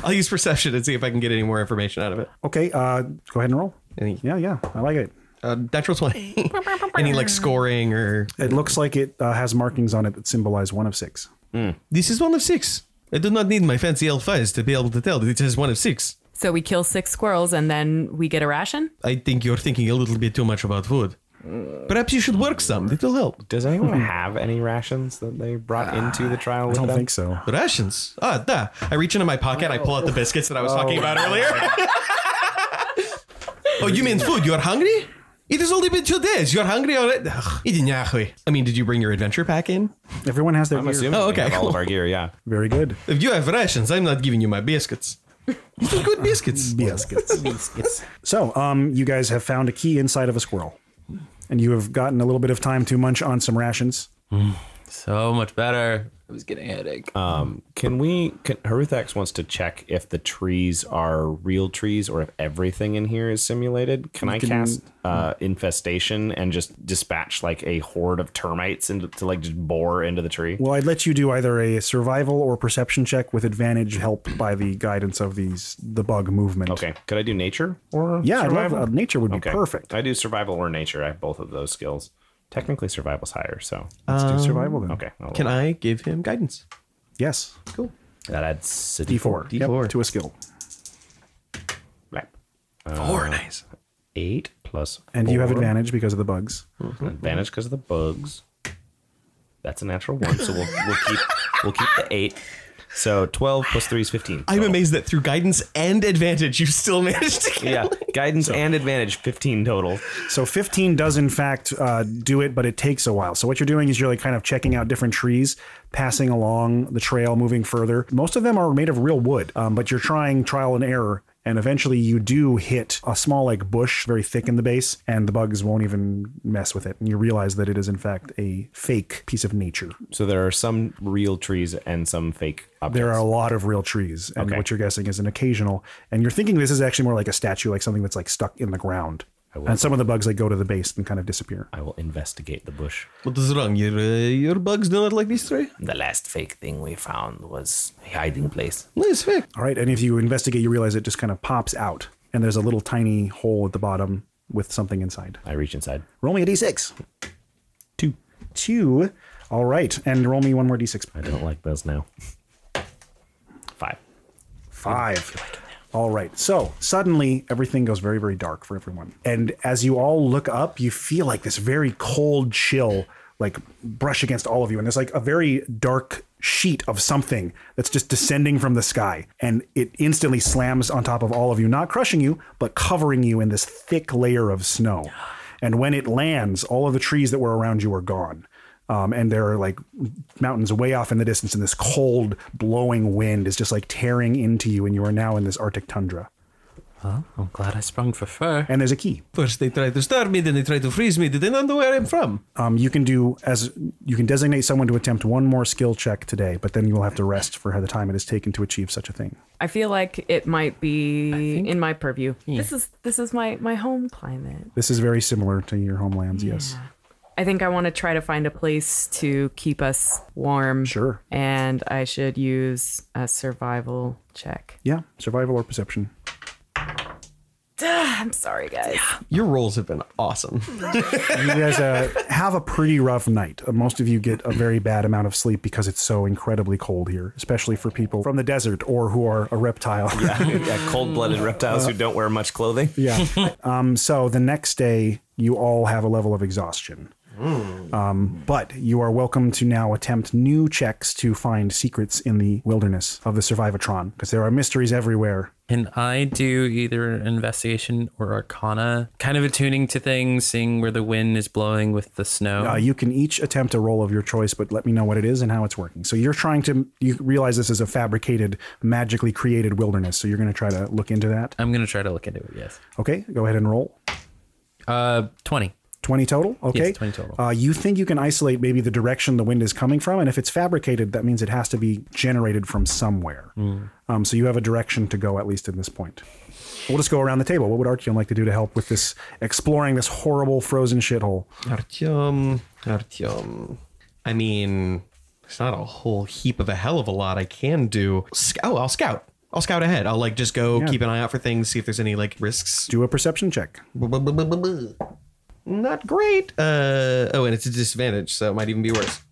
[SPEAKER 3] I'll use perception and see if I can get any more information out of it.
[SPEAKER 11] Okay, uh, go ahead and roll. Yeah, yeah, I like it.
[SPEAKER 3] Uh, natural 20. any like scoring or.
[SPEAKER 11] It looks like it uh, has markings on it that symbolize one of six.
[SPEAKER 3] This is one of six. I do not need my fancy elf eyes to be able to tell that it is one of six.
[SPEAKER 5] So we kill six squirrels and then we get a ration?
[SPEAKER 3] I think you're thinking a little bit too much about food. Perhaps you should work some. It will help.
[SPEAKER 6] Does
[SPEAKER 11] Hmm.
[SPEAKER 6] anyone have any rations that they brought
[SPEAKER 11] Uh,
[SPEAKER 6] into the trial? with them?
[SPEAKER 11] so.
[SPEAKER 3] Rations? Ah, da. I reach into my pocket. I pull out the biscuits that I was talking about earlier. oh, you mean food? You are hungry? It has only been two days. You're hungry already? Ugh, idinyahui. I mean, did you bring your adventure pack in?
[SPEAKER 11] Everyone has their
[SPEAKER 6] I'm
[SPEAKER 11] gear.
[SPEAKER 6] assuming
[SPEAKER 3] Oh,
[SPEAKER 6] we
[SPEAKER 3] okay,
[SPEAKER 6] have all of
[SPEAKER 3] cool.
[SPEAKER 6] our gear. Yeah.
[SPEAKER 11] Very good.
[SPEAKER 3] If you have rations, I'm not giving you my biscuits. Good biscuits.
[SPEAKER 11] Biscuits. So, um, you guys have found a key inside of a squirrel, and you have gotten a little bit of time to munch on some rations.
[SPEAKER 7] So much better. I was getting a headache.
[SPEAKER 11] Uh-huh.
[SPEAKER 6] Um, can we? Can, Haruthax wants to check if the trees are real trees or if everything in here is simulated. Can
[SPEAKER 11] You
[SPEAKER 6] I
[SPEAKER 11] can- hmm.
[SPEAKER 6] cast uh, infestation and just dispatch like a horde of termites into to like just bore into the tree?
[SPEAKER 11] Well, I'd let you do either a survival or perception check with advantage, helped by the guidance of these the bug movement.
[SPEAKER 6] Okay. Could I do nature or
[SPEAKER 11] Yeah, I'd love,
[SPEAKER 6] survival?
[SPEAKER 11] uh, nature would be
[SPEAKER 6] Okay.
[SPEAKER 11] perfect.
[SPEAKER 6] I do survival or nature. I have both of those skills. Technically, survival's higher, so
[SPEAKER 11] Let's do survival then.
[SPEAKER 6] Okay. I'll-
[SPEAKER 3] Can I give him guidance?
[SPEAKER 11] Yes.
[SPEAKER 3] Cool.
[SPEAKER 6] That adds a
[SPEAKER 11] D4. Yep,
[SPEAKER 3] D4.
[SPEAKER 11] to a skill.
[SPEAKER 6] Right. Uh,
[SPEAKER 3] Four, nice.
[SPEAKER 6] Eight plus.
[SPEAKER 11] And you have
[SPEAKER 6] four.
[SPEAKER 11] advantage because of the bugs.
[SPEAKER 6] Advantage because of the bugs. That's a natural one, so we'll, we'll keep we'll keep the eight. So twelve plus three is fifteen.
[SPEAKER 3] I'm amazed that through guidance and advantage, you still managed to get.
[SPEAKER 6] Yeah, guidance and advantage, fifteen total.
[SPEAKER 11] So 15 does, in fact, uh, do it, but it takes a while. So what you're doing is you're like kind of checking out different trees, passing along the trail, moving further. Most of them are made of real wood, um, but you're trying trial and error. And eventually, you do hit a small, like, bush very thick in the base, and the bugs won't even mess with it. And you realize that it is, in fact, a fake piece of nature.
[SPEAKER 6] So there are some real trees and some fake objects.
[SPEAKER 11] There are a lot of real trees, and
[SPEAKER 6] Okay.
[SPEAKER 11] what you're guessing is an occasional. And you're thinking this is actually more like a statue, like something that's like stuck in the ground.
[SPEAKER 6] will-
[SPEAKER 11] And some of the bugs like go to the base and kind of disappear.
[SPEAKER 6] I will investigate the bush.
[SPEAKER 3] What is wrong? Your uh, your bugs do not like this tree?
[SPEAKER 12] The last fake thing we found was a hiding place.
[SPEAKER 3] Nice fake.
[SPEAKER 11] All right, and if you investigate, you realize it just kind of pops out, and there's a little tiny hole at the bottom with something inside.
[SPEAKER 6] I reach inside.
[SPEAKER 11] Roll me a d6. Two. Two. All right, and roll me one more d6.
[SPEAKER 6] I don't like those now. Five.
[SPEAKER 11] Five. All right. So suddenly everything goes very, very dark for everyone. And as you all look up, you feel like this very cold chill like brush against all of you. And there's like a very dark sheet of something that's just descending from the sky. And it instantly slams on top of all of you, not crushing you, but covering you in this thick layer of snow. And when it lands, all of the trees that were around you are gone. Um, and there are like mountains way off in the distance, and this cold, blowing wind is just like tearing into you, and you are now in this Arctic tundra.
[SPEAKER 7] Well, Oh, I'm glad I sprung for fur.
[SPEAKER 11] And there's a key.
[SPEAKER 3] First they tried to starve me, then they tried to freeze me. Did they not know where I'm from?
[SPEAKER 11] Um, you can do as you can designate someone to attempt one more skill check today, but then you will have to rest for the time it has taken to achieve such a thing.
[SPEAKER 5] I feel like it might be in my purview. This is this is my my home climate.
[SPEAKER 11] This is very similar to your homelands, yes.
[SPEAKER 5] I think I want to try to find a place to keep us warm.
[SPEAKER 11] Sure.
[SPEAKER 5] And I should use a survival check.
[SPEAKER 11] Yeah, survival or perception.
[SPEAKER 5] I'm sorry, guys.
[SPEAKER 3] Your roles have been awesome.
[SPEAKER 11] you guys uh, have a pretty rough night. Uh, Most of you get a very bad amount of sleep because it's so incredibly cold here, especially for people from the desert or who are a reptile.
[SPEAKER 6] yeah, yeah, cold-blooded reptiles who don't wear much clothing.
[SPEAKER 11] Yeah. um, so the next day, you all have a level of exhaustion. Um, but you are welcome to now attempt new checks to find secrets in the wilderness of the Survivatron because there are mysteries everywhere.
[SPEAKER 7] Can I do either investigation or arcana? Kind of attuning to things, seeing where the wind is blowing with the snow.
[SPEAKER 11] Uh, you can each attempt a roll of your choice, but let me know what it is and how it's working. So you're trying to, you realize this is a fabricated, magically created wilderness. So you're going to try to look into that.
[SPEAKER 7] I'm going to try to look into it, yes.
[SPEAKER 11] Okay, go ahead and roll.
[SPEAKER 7] Uh, 20.
[SPEAKER 11] 20 total? Okay.
[SPEAKER 7] 20 total.
[SPEAKER 11] Uh, you think you can isolate maybe the direction the wind is coming from. And if it's fabricated, that means it has to be generated from somewhere. Um, so you have a direction to go, at least in this point. We'll just go around the table. What would Artyom like to do to help with this exploring this horrible frozen shithole?
[SPEAKER 3] Artyom, Artyom. I mean, it's not a whole heap of a hell of a lot I can do. Sc- Oh, I'll scout. I'll scout ahead. I'll like just go
[SPEAKER 11] Yeah.
[SPEAKER 3] keep an eye out for things, see if there's any like risks.
[SPEAKER 11] Do a perception check.
[SPEAKER 3] Not great. Uh, oh, and it's a disadvantage, so it might even be worse.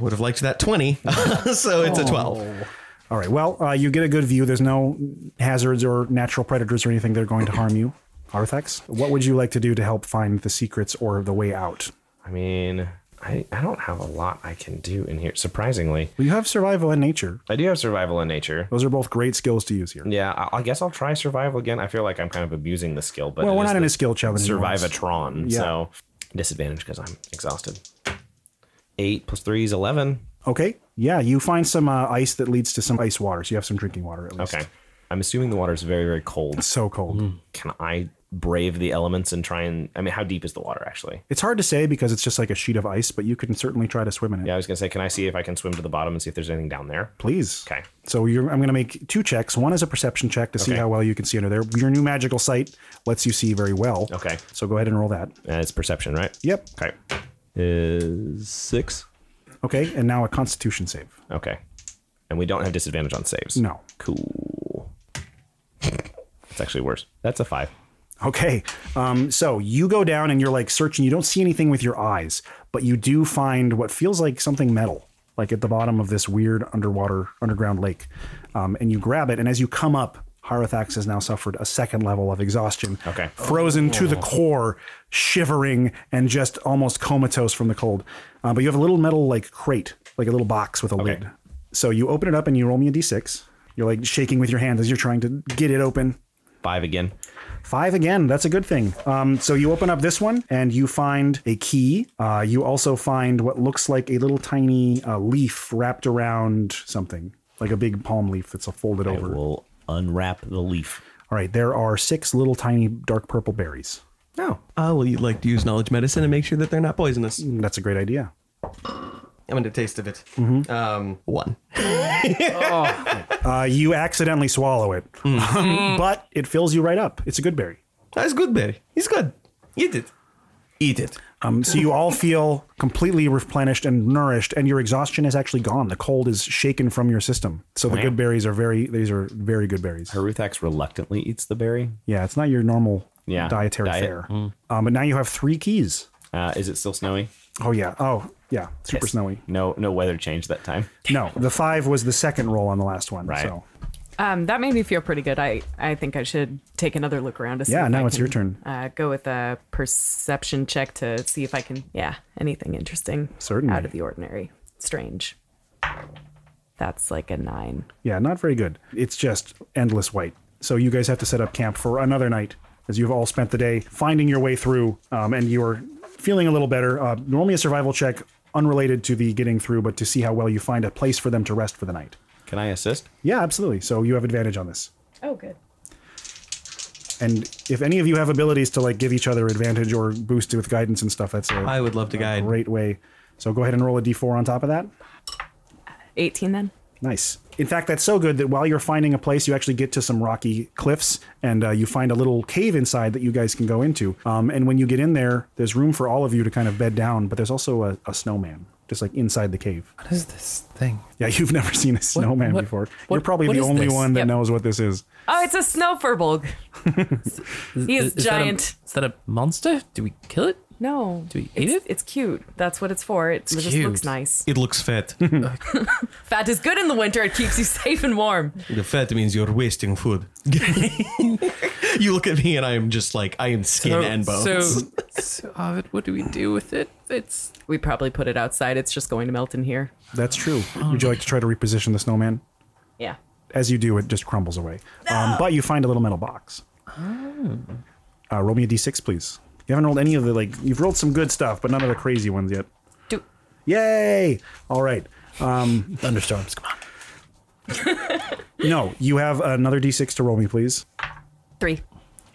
[SPEAKER 3] Would have liked that 20. so it's a 12.
[SPEAKER 11] All right. Well, uh, you get a good view. There's no hazards or natural predators or anything that are going to harm you. Arthex, what would you like to do to help find the secrets or the way out?
[SPEAKER 6] I mean, I, I don't have a lot I can do in here. Surprisingly,
[SPEAKER 11] Well, you have survival and nature.
[SPEAKER 6] I do have survival in nature.
[SPEAKER 11] Those are both great skills to use here.
[SPEAKER 6] Yeah, I, I guess I'll try survival again. I feel like I'm kind of abusing the skill, but
[SPEAKER 11] Well,
[SPEAKER 6] it
[SPEAKER 11] we're
[SPEAKER 6] is
[SPEAKER 11] not in
[SPEAKER 6] the
[SPEAKER 11] a skill challenge
[SPEAKER 6] Survivatron,
[SPEAKER 11] Yeah.
[SPEAKER 6] so disadvantage because I'm exhausted. Eight plus three is eleven.
[SPEAKER 11] Okay. Yeah, you find some uh, ice that leads to some ice water, so you have some drinking water at least.
[SPEAKER 6] Okay, Hmm. I'm assuming the water is very very cold.
[SPEAKER 11] So cold.
[SPEAKER 6] Can I brave the elements and try and? I mean, how deep is the water actually?
[SPEAKER 11] It's hard to say because it's just like a sheet of ice, but you can certainly try to swim in it.
[SPEAKER 6] Yeah, I was gonna say, can I see if I can swim to the bottom and see if there's anything down there?
[SPEAKER 11] Please.
[SPEAKER 6] Okay.
[SPEAKER 11] So you're, I'm going to make two checks. One is a perception check to see
[SPEAKER 6] Okay.
[SPEAKER 11] how well you can see under there. Your new magical sight lets you see very well.
[SPEAKER 6] Okay.
[SPEAKER 11] So go ahead and roll that.
[SPEAKER 6] And it's perception, right?
[SPEAKER 11] Yep.
[SPEAKER 6] Okay. Is six.
[SPEAKER 11] Okay. And now a Constitution save.
[SPEAKER 6] Okay. And we don't have disadvantage on saves.
[SPEAKER 11] No.
[SPEAKER 6] Cool. It's actually worse. That's a five.
[SPEAKER 11] Okay. Um, so you go down and you're like searching. You don't see anything with your eyes, but you do find what feels like something metal, like at the bottom of this weird underwater, underground lake. Um, and you grab it. And as you come up, Harathax has now suffered a second level of exhaustion.
[SPEAKER 6] Okay.
[SPEAKER 11] Frozen to the core, shivering and just almost comatose from the cold. Uh, but you have a little metal like crate, like a little box with a lid. So you open it up and you roll me a d6. You're like shaking with your hands as you're trying to get it open.
[SPEAKER 6] Five again.
[SPEAKER 11] Five again. That's a good thing. Um, so you open up this one and you find a key. Uh, you also find what looks like a little tiny uh, leaf wrapped around something, like a big palm leaf that's uh, folded over.
[SPEAKER 6] We'll unwrap the leaf.
[SPEAKER 11] All right, there are six little tiny dark purple berries.
[SPEAKER 3] No. I will Ah, like to use knowledge medicine and make sure that they're not poisonous. I'm
[SPEAKER 11] That's a great idea.
[SPEAKER 3] going to taste of it. Um, one.
[SPEAKER 11] Uh, you accidentally swallow it, but it fills you right up. It's a good berry.
[SPEAKER 3] That's good, Barry. It's good. Eat it. Eat it.
[SPEAKER 11] Um, so you all feel completely replenished and nourished, and your exhaustion is actually gone. The cold is shaken from your system. So the good berries are very; these are very good berries.
[SPEAKER 6] Haruthax reluctantly eats the berry.
[SPEAKER 11] Yeah, it's not your normal
[SPEAKER 6] Yeah,
[SPEAKER 11] dietary
[SPEAKER 6] diet. Mm-hmm.
[SPEAKER 11] fare. Um, but now you have three keys.
[SPEAKER 6] Uh, is it still snowy?
[SPEAKER 11] Oh yeah. Oh yeah. Super
[SPEAKER 6] Yes.
[SPEAKER 11] snowy.
[SPEAKER 6] No, no weather change that time.
[SPEAKER 11] No, the five was the second roll on the last one.
[SPEAKER 6] Right.
[SPEAKER 11] So
[SPEAKER 5] Um, that made me feel pretty good. I, I think I should take another look around to see.
[SPEAKER 11] Yeah,
[SPEAKER 5] if
[SPEAKER 11] now
[SPEAKER 5] I
[SPEAKER 11] it's your
[SPEAKER 5] can,
[SPEAKER 11] turn.
[SPEAKER 5] Uh, go with a perception check to see if I can. Yeah, anything interesting.
[SPEAKER 11] Certainly.
[SPEAKER 5] Out of the ordinary, strange. That's like a nine.
[SPEAKER 13] Yeah, not very good. It's just endless white. So you guys have to set up camp for another night, as you've all spent the day finding your way through, um, and you're feeling a little better. Uh, normally a survival check, unrelated to the getting through, but to see how well you find a place for them to rest for the night.
[SPEAKER 6] Can I assist?
[SPEAKER 13] Yeah, absolutely. So you have advantage on this.
[SPEAKER 14] Oh, good.
[SPEAKER 13] And if any of you have abilities to like give each other advantage or boost with guidance and stuff, that's a, I
[SPEAKER 3] would love to guide.
[SPEAKER 13] Great way. So go ahead and roll a d4 on top of that.
[SPEAKER 5] 18 then?
[SPEAKER 13] Nice. In fact, that's so good that while you're finding a place, you actually get to some rocky cliffs and uh, you find a little cave inside that you guys can go into. Um, and when you get in there, there's room for all of you to kind of bed down, but there's also a, a snowman just like inside the cave.
[SPEAKER 7] What is this thing?
[SPEAKER 13] Yeah, you've never seen a snowman
[SPEAKER 7] what-
[SPEAKER 13] before.
[SPEAKER 7] what-
[SPEAKER 13] you're probably
[SPEAKER 7] what
[SPEAKER 13] the
[SPEAKER 7] is
[SPEAKER 13] only
[SPEAKER 7] this?
[SPEAKER 13] one that
[SPEAKER 5] Yep.
[SPEAKER 13] knows what this is.
[SPEAKER 5] Oh, it's a snow furbolg. He is
[SPEAKER 7] that a-
[SPEAKER 5] giant.
[SPEAKER 7] is that a monster? Do we kill it?
[SPEAKER 5] No.
[SPEAKER 7] Do we eat
[SPEAKER 5] It's, it's cute. That's what it's for. It just looks nice.
[SPEAKER 3] It looks fat.
[SPEAKER 5] Fat is good in the winter. It keeps you safe and warm.
[SPEAKER 3] the fat means you're wasting food. you look at me and I am just like I am skin and bones.
[SPEAKER 7] So, so Ovid, what do we do with it? It's
[SPEAKER 5] we probably put it outside. It's just going to melt in here.
[SPEAKER 13] That's true. Would you
[SPEAKER 7] Um,
[SPEAKER 13] like to try to reposition the snowman?
[SPEAKER 5] Yeah.
[SPEAKER 13] As you do, it just crumbles away. Um, but you find a little metal box. Uh, roll me a d6, please. You haven't rolled any of the like. You've rolled some good stuff, but none of the crazy ones yet.
[SPEAKER 5] Do-
[SPEAKER 13] Yay! All right. Um, Thunderstorms. Come on. no, you have another d6 to roll me, please.
[SPEAKER 5] Three.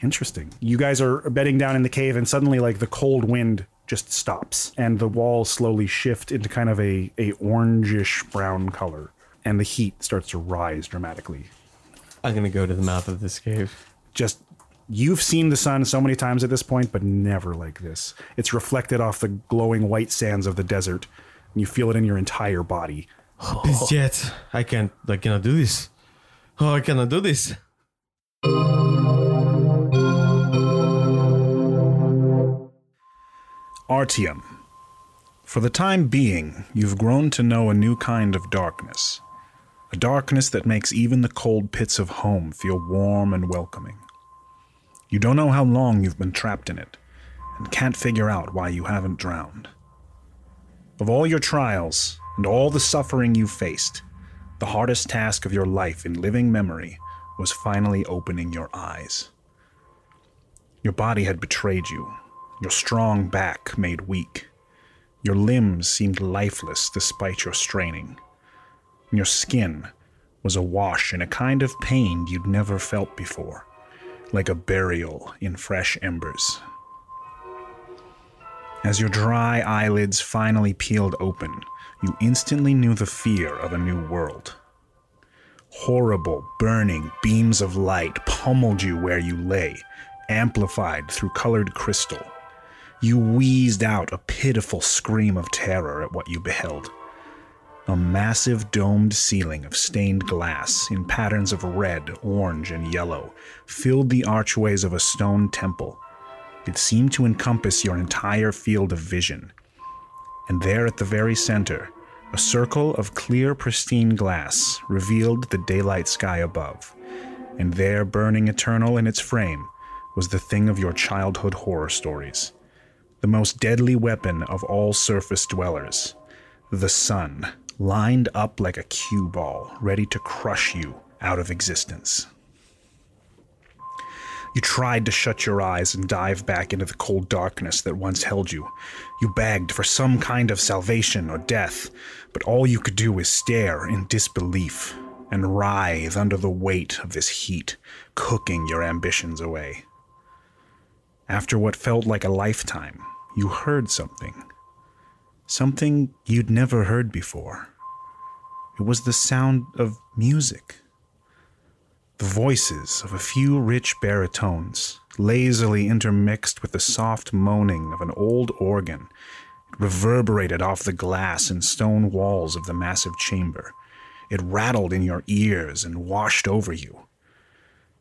[SPEAKER 13] Interesting. You guys are bedding down in the cave, and suddenly, like the cold wind just stops, and the walls slowly shift into kind of a a orangish brown color, and the heat starts to rise dramatically.
[SPEAKER 3] I'm gonna go to the mouth of this cave.
[SPEAKER 13] Just you've seen the sun so many times at this point, but never like this. It's reflected off the glowing white sands of the desert, and you feel it in your entire body.
[SPEAKER 7] Oh.
[SPEAKER 3] This jet. I can't. I cannot do this. Oh, I cannot do this.
[SPEAKER 11] Artium. For the time being, you've grown to know a new kind of darkness. A darkness that makes even the cold pits of home feel warm and welcoming. You don't know how long you've been trapped in it, and can't figure out why you haven't drowned. Of all your trials and all the suffering you faced, the hardest task of your life in living memory was finally opening your eyes. Your body had betrayed you, your strong back made weak. Your limbs seemed lifeless despite your straining. And your skin was awash in a kind of pain you'd never felt before, like a burial in fresh embers. As your dry eyelids finally peeled open, you instantly knew the fear of a new world. Horrible, burning beams of light pummeled you where you lay, amplified through colored crystal. You wheezed out a pitiful scream of terror at what you beheld. A massive domed ceiling of stained glass in patterns of red, orange, and yellow filled the archways of a stone temple. It seemed to encompass your entire field of vision. And there at the very center, a circle of clear, pristine glass revealed the daylight sky above. And there, burning eternal in its frame, was the thing of your childhood horror stories the most deadly weapon of all surface dwellers. The sun, lined up like a cue ball, ready to crush you out of existence. You tried to shut your eyes and dive back into the cold darkness that once held you. You begged for some kind of salvation or death, but all you could do was stare in disbelief and writhe under the weight of this heat, cooking your ambitions away. After what felt like a lifetime, you heard something. Something you'd never heard before. It was the sound of music. The voices of a few rich baritones, lazily intermixed with the soft moaning of an old organ, reverberated off the glass and stone walls of the massive chamber. It rattled in your ears and washed over you.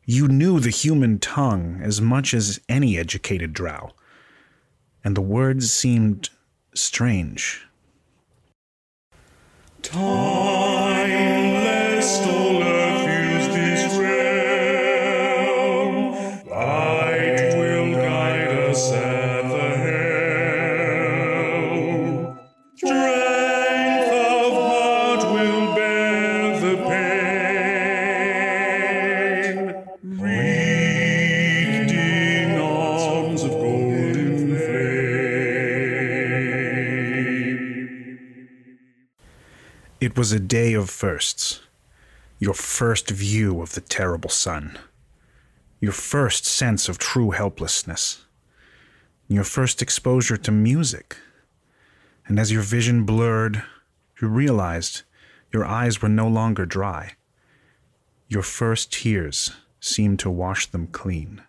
[SPEAKER 11] You knew the human tongue as much as any educated drow, and the words seemed strange.
[SPEAKER 15] Timeless all earth use this realm. Light will guide us at the helm. Strength of heart will bear
[SPEAKER 16] It was a day of firsts. Your first view of the terrible sun. Your first sense of true helplessness. Your first exposure to music. And as your vision blurred, you realized your eyes were no longer dry. Your first tears seemed to wash them clean.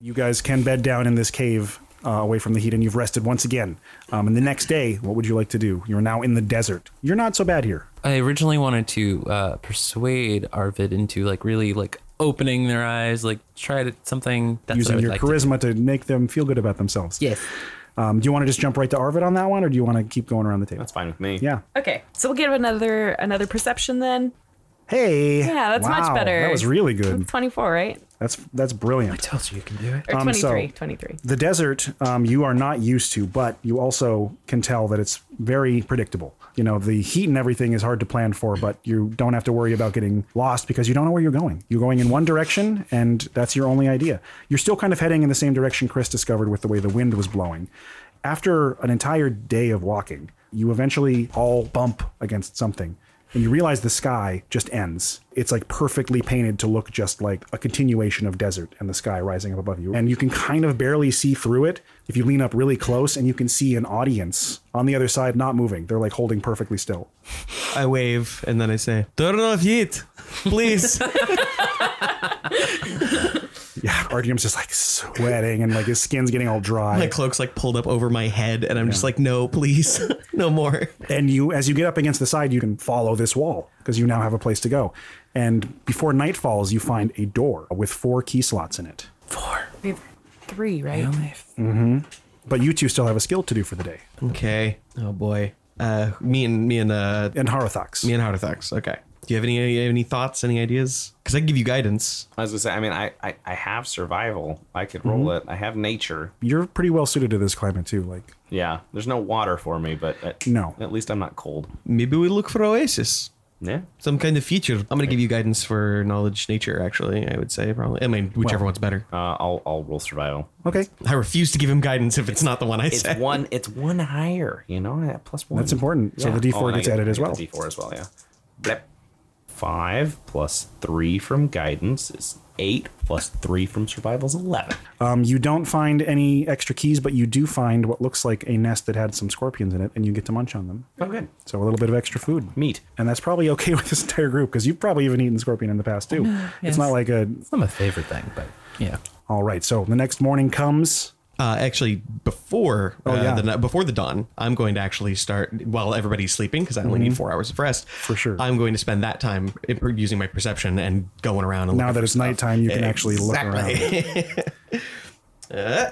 [SPEAKER 11] You guys can bed down in this cave uh, away from the heat, and you've rested once again. Um, and the next day, what would you like to do? You're now in the desert. You're not so bad here.
[SPEAKER 7] I originally wanted to uh, persuade Arvid into like really like opening their eyes, like try to, something that's
[SPEAKER 11] Using
[SPEAKER 7] what
[SPEAKER 11] your
[SPEAKER 7] I would like
[SPEAKER 11] charisma to make them feel good about themselves.
[SPEAKER 7] Yes.
[SPEAKER 11] Um, do you want to just jump right to Arvid on that one, or do you want to keep going around the table? That's
[SPEAKER 6] fine with me.
[SPEAKER 11] Yeah.
[SPEAKER 5] Okay, so we'll give another another perception then.
[SPEAKER 11] Hey.
[SPEAKER 5] Yeah, that's much
[SPEAKER 11] wow,
[SPEAKER 5] better.
[SPEAKER 11] That was really good.
[SPEAKER 5] That's 24, right?
[SPEAKER 11] That's that's brilliant. I
[SPEAKER 7] told you you can do it.
[SPEAKER 5] Or
[SPEAKER 11] Um, so-
[SPEAKER 5] 23, 23.
[SPEAKER 11] The desert, um, you are not used to, but you also can tell that it's very predictable. You know, the heat and everything is hard to plan for, but you don't have to worry about getting lost because you don't know where you're going. You're going in one direction, and that's your only idea. You're still kind of heading in the same direction Chris discovered with the way the wind was blowing. After an entire day of walking, you eventually all bump against something. And you realize the sky just ends. It's like perfectly painted to look just like a continuation of desert and the sky rising up above you. And you can kind of barely see through it if you lean up really close and you can see an audience on the other side not moving. They're like holding perfectly still.
[SPEAKER 3] I wave and then I say, "Turn off heat, please."
[SPEAKER 11] Yeah, Artyom's just like sweating and like his skin's getting all dry.
[SPEAKER 3] my cloak's like pulled up over my head, and I'm just like, "No, please, no more."
[SPEAKER 11] And you, as you get up against the side, you can follow this wall because you now have a place to go. And before night falls, you find a door with four key slots in it.
[SPEAKER 5] We have three, right?
[SPEAKER 11] Mm-hmm. But you two still have a skill to do for the day.
[SPEAKER 3] Okay. Oh boy. Uh, me and me and uh
[SPEAKER 11] and Harthax.
[SPEAKER 3] Me and Harthax. Okay. Do you have any any- any thoughts, any ideas? Because I can give you guidance.
[SPEAKER 6] I was gonna say, I mean, I I, I have survival. I could roll
[SPEAKER 11] Mhm.
[SPEAKER 6] it. I have nature.
[SPEAKER 11] You're pretty well suited to this climate too. Like
[SPEAKER 6] Yeah, there's no water for me, but at,
[SPEAKER 11] No.
[SPEAKER 6] at least I'm not cold.
[SPEAKER 3] Maybe we look for oasis.
[SPEAKER 6] Yeah.
[SPEAKER 3] Some kind of feature. I'm gonna give you guidance for knowledge, nature. Actually, I would say probably. I mean, whichever
[SPEAKER 6] Well,
[SPEAKER 3] one's better.
[SPEAKER 6] Uh, I'll I'll roll survival.
[SPEAKER 11] Okay.
[SPEAKER 3] I refuse to give him guidance if it's, not the one I
[SPEAKER 6] it's
[SPEAKER 3] said.
[SPEAKER 6] one. It's one higher. You know, at plus one.
[SPEAKER 11] That's important. So the D4
[SPEAKER 6] and I
[SPEAKER 11] gets
[SPEAKER 6] get-
[SPEAKER 11] added
[SPEAKER 6] I
[SPEAKER 11] as
[SPEAKER 6] get
[SPEAKER 11] well.
[SPEAKER 6] The D4 as well. Yeah. Blep. Five plus three from guidance is eight. Plus three from survival is eleven.
[SPEAKER 11] Um, you don't find any extra keys, but you do find what looks like a nest that had some scorpions in it, and you get to munch on them.
[SPEAKER 6] Oh, good.
[SPEAKER 11] So a little bit of extra food,
[SPEAKER 6] meat,
[SPEAKER 11] and that's probably okay with this entire group because you've probably even eaten scorpion in the past too.
[SPEAKER 7] Yeah,
[SPEAKER 11] It's not like a. It's
[SPEAKER 7] not my favorite thing, but yeah.
[SPEAKER 11] All right. So the next morning comes.
[SPEAKER 3] Uh, actually, before
[SPEAKER 11] Oh,
[SPEAKER 3] uh,
[SPEAKER 11] yeah.
[SPEAKER 3] the ni- before the dawn, I'm going to actually start while everybody's sleeping because I only
[SPEAKER 11] Mhm.
[SPEAKER 3] need four hours of rest. For
[SPEAKER 11] sure,
[SPEAKER 3] I'm going to spend that time imp- using my perception and going around. And
[SPEAKER 11] Now
[SPEAKER 3] looking
[SPEAKER 11] that
[SPEAKER 3] for
[SPEAKER 11] it's
[SPEAKER 3] stuff.
[SPEAKER 11] nighttime, you can actually look
[SPEAKER 3] Exactly. Uh,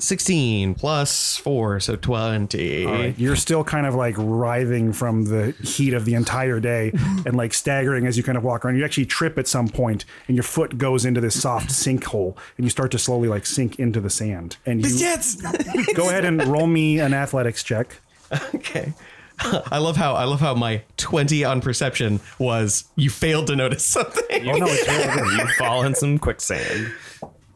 [SPEAKER 3] Sixteen plus four, so twenty.
[SPEAKER 11] All right, You're still kind of like writhing from the heat of the entire day and like staggering as you kind of walk around. You actually trip at some point and your foot goes into this soft sinkhole and you start to slowly like sink into the sand. And you go ahead and roll me an athletics check.
[SPEAKER 3] Okay. I love how I love how my twenty on perception was you failed to notice something.
[SPEAKER 6] Oh, no, it's really good. You fall in some quicksand.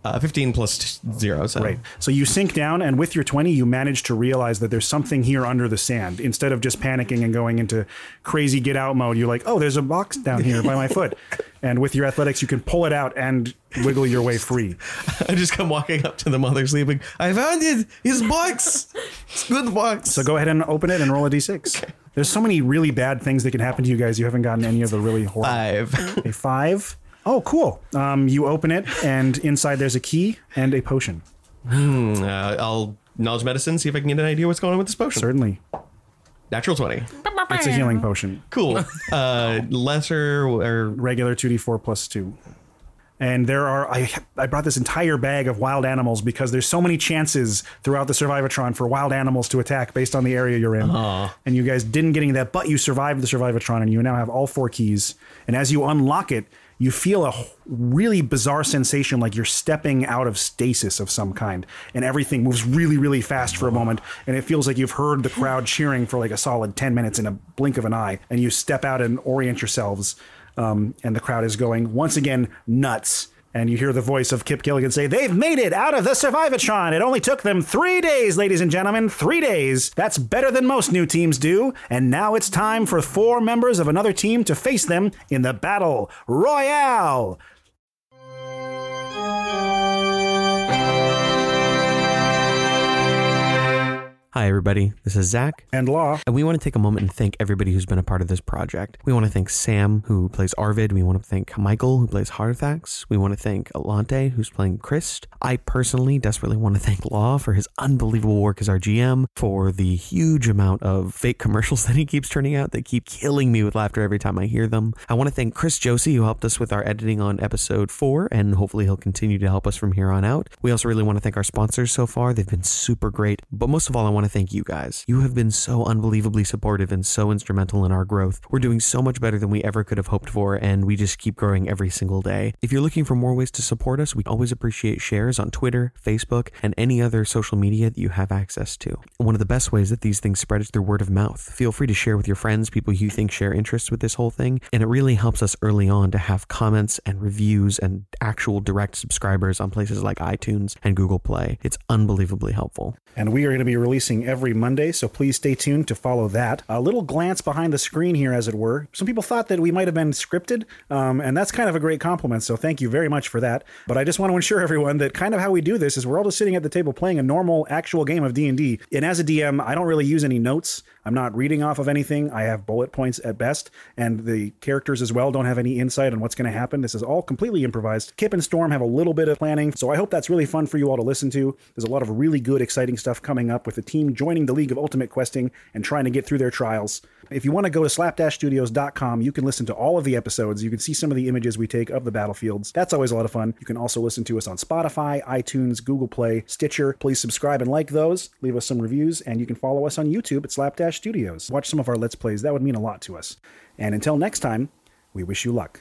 [SPEAKER 3] Uh, Fifteen plus t- zero. So.
[SPEAKER 11] Right. So you sink down, and with your 20, you manage to realize that there's something here under the sand. Instead of just panicking and going into crazy get out mode, you're like, oh, there's a box down here by my foot. And with your athletics, you can pull it out and wiggle your way free.
[SPEAKER 3] I just come walking up to the mother sleeping. I found it. His box. It's good box. So
[SPEAKER 11] go ahead and open it and roll a d6. There's so many really bad things that can happen to you guys. You haven't gotten any of the really horrible.
[SPEAKER 3] Five.
[SPEAKER 11] A five. Oh, cool. Um, you open it, and inside there's a key and a potion.
[SPEAKER 3] Hmm, uh, I'll knowledge medicine. See if I can get an idea what's going on with this potion.
[SPEAKER 11] Certainly.
[SPEAKER 3] Natural twenty.
[SPEAKER 11] It's a healing potion.
[SPEAKER 3] Cool. Uh, lesser or
[SPEAKER 11] regular 2d4 plus 2. And there are I I brought this entire bag of wild animals because there's so many chances throughout the Survivatron for wild animals to attack based on the area you're in. And you guys didn't get any of that, but you survived the Survivatron and you now have all four keys. And as you unlock it, you feel a wh- really bizarre sensation like you're stepping out of stasis of some kind and everything moves really really fast for a moment and it feels like you've heard the crowd cheering for like a solid 10 minutes in a blink of an eye and you step out and orient yourselves um, and the crowd is going once again nuts And you hear the voice of Kip Gilligan say, They've made it out of the Survivitron. It only took them three days, ladies and gentlemen. Three days. That's better than most new teams do. And now it's time for four members of another team to face them in the Battle Royale.
[SPEAKER 3] Hi, everybody. This is Zach.
[SPEAKER 11] And Law.
[SPEAKER 3] And we want to take a moment and thank everybody who's been a part of this project. We want to thank Sam, who plays Arvid. We want to thank Michael, who plays Harfax. We want to thank Alante, who's playing Christ. I personally desperately want to thank Law for his unbelievable work as our GM, for the huge amount of fake commercials that he keeps turning out that keep killing me with laughter every time I hear them. I want to thank Chris Josie, who helped us with our editing on episode four, and hopefully he'll continue to help us from here on out. We also really want to thank our sponsors so far. They've been super great. But most of all, I want to thank you guys. You have been so unbelievably supportive and so instrumental in our growth. We're doing so much better than we ever could have hoped for, and we just keep growing every single day. If you're looking for more ways to support us, we always appreciate shares on Twitter, Facebook, and any other social media that you have access to. And one of the best ways that these things spread is through word of mouth. Feel free to share with your friends, people you think share interests with this whole thing, and it really helps us early on to have comments and reviews and actual direct subscribers on places like iTunes and Google Play. It's unbelievably helpful.
[SPEAKER 11] And we are going to be releasing every Monday, so please stay tuned to follow that. A little glance behind the screen here, as it were. Some people thought that we might have been scripted, um, and that's kind of a great compliment, so thank you very much for that. But I just want to ensure everyone that kind of how we do this is we're all just sitting at the table playing a normal, actual game of D&D. And as a DM, I don't really use any notes. I'm not reading off of anything. I have bullet points at best, and the characters as well don't have any insight on what's going to happen. This is all completely improvised. Kip and Storm have a little bit of planning, so I hope that's really fun for you all to listen to. There's a lot of really good, exciting stuff coming up with the team joining the League of Ultimate Questing and trying to get through their trials. If you want to go to slapdashstudios.com, you can listen to all of the episodes. You can see some of the images we take of the battlefields. That's always a lot of fun. You can also listen to us on Spotify, iTunes, Google Play, Stitcher. Please subscribe and like those. Leave us some reviews, and you can follow us on YouTube at Slapdash Studios. Watch some of our Let's Plays. That would mean a lot to us. And until next time, we wish you luck.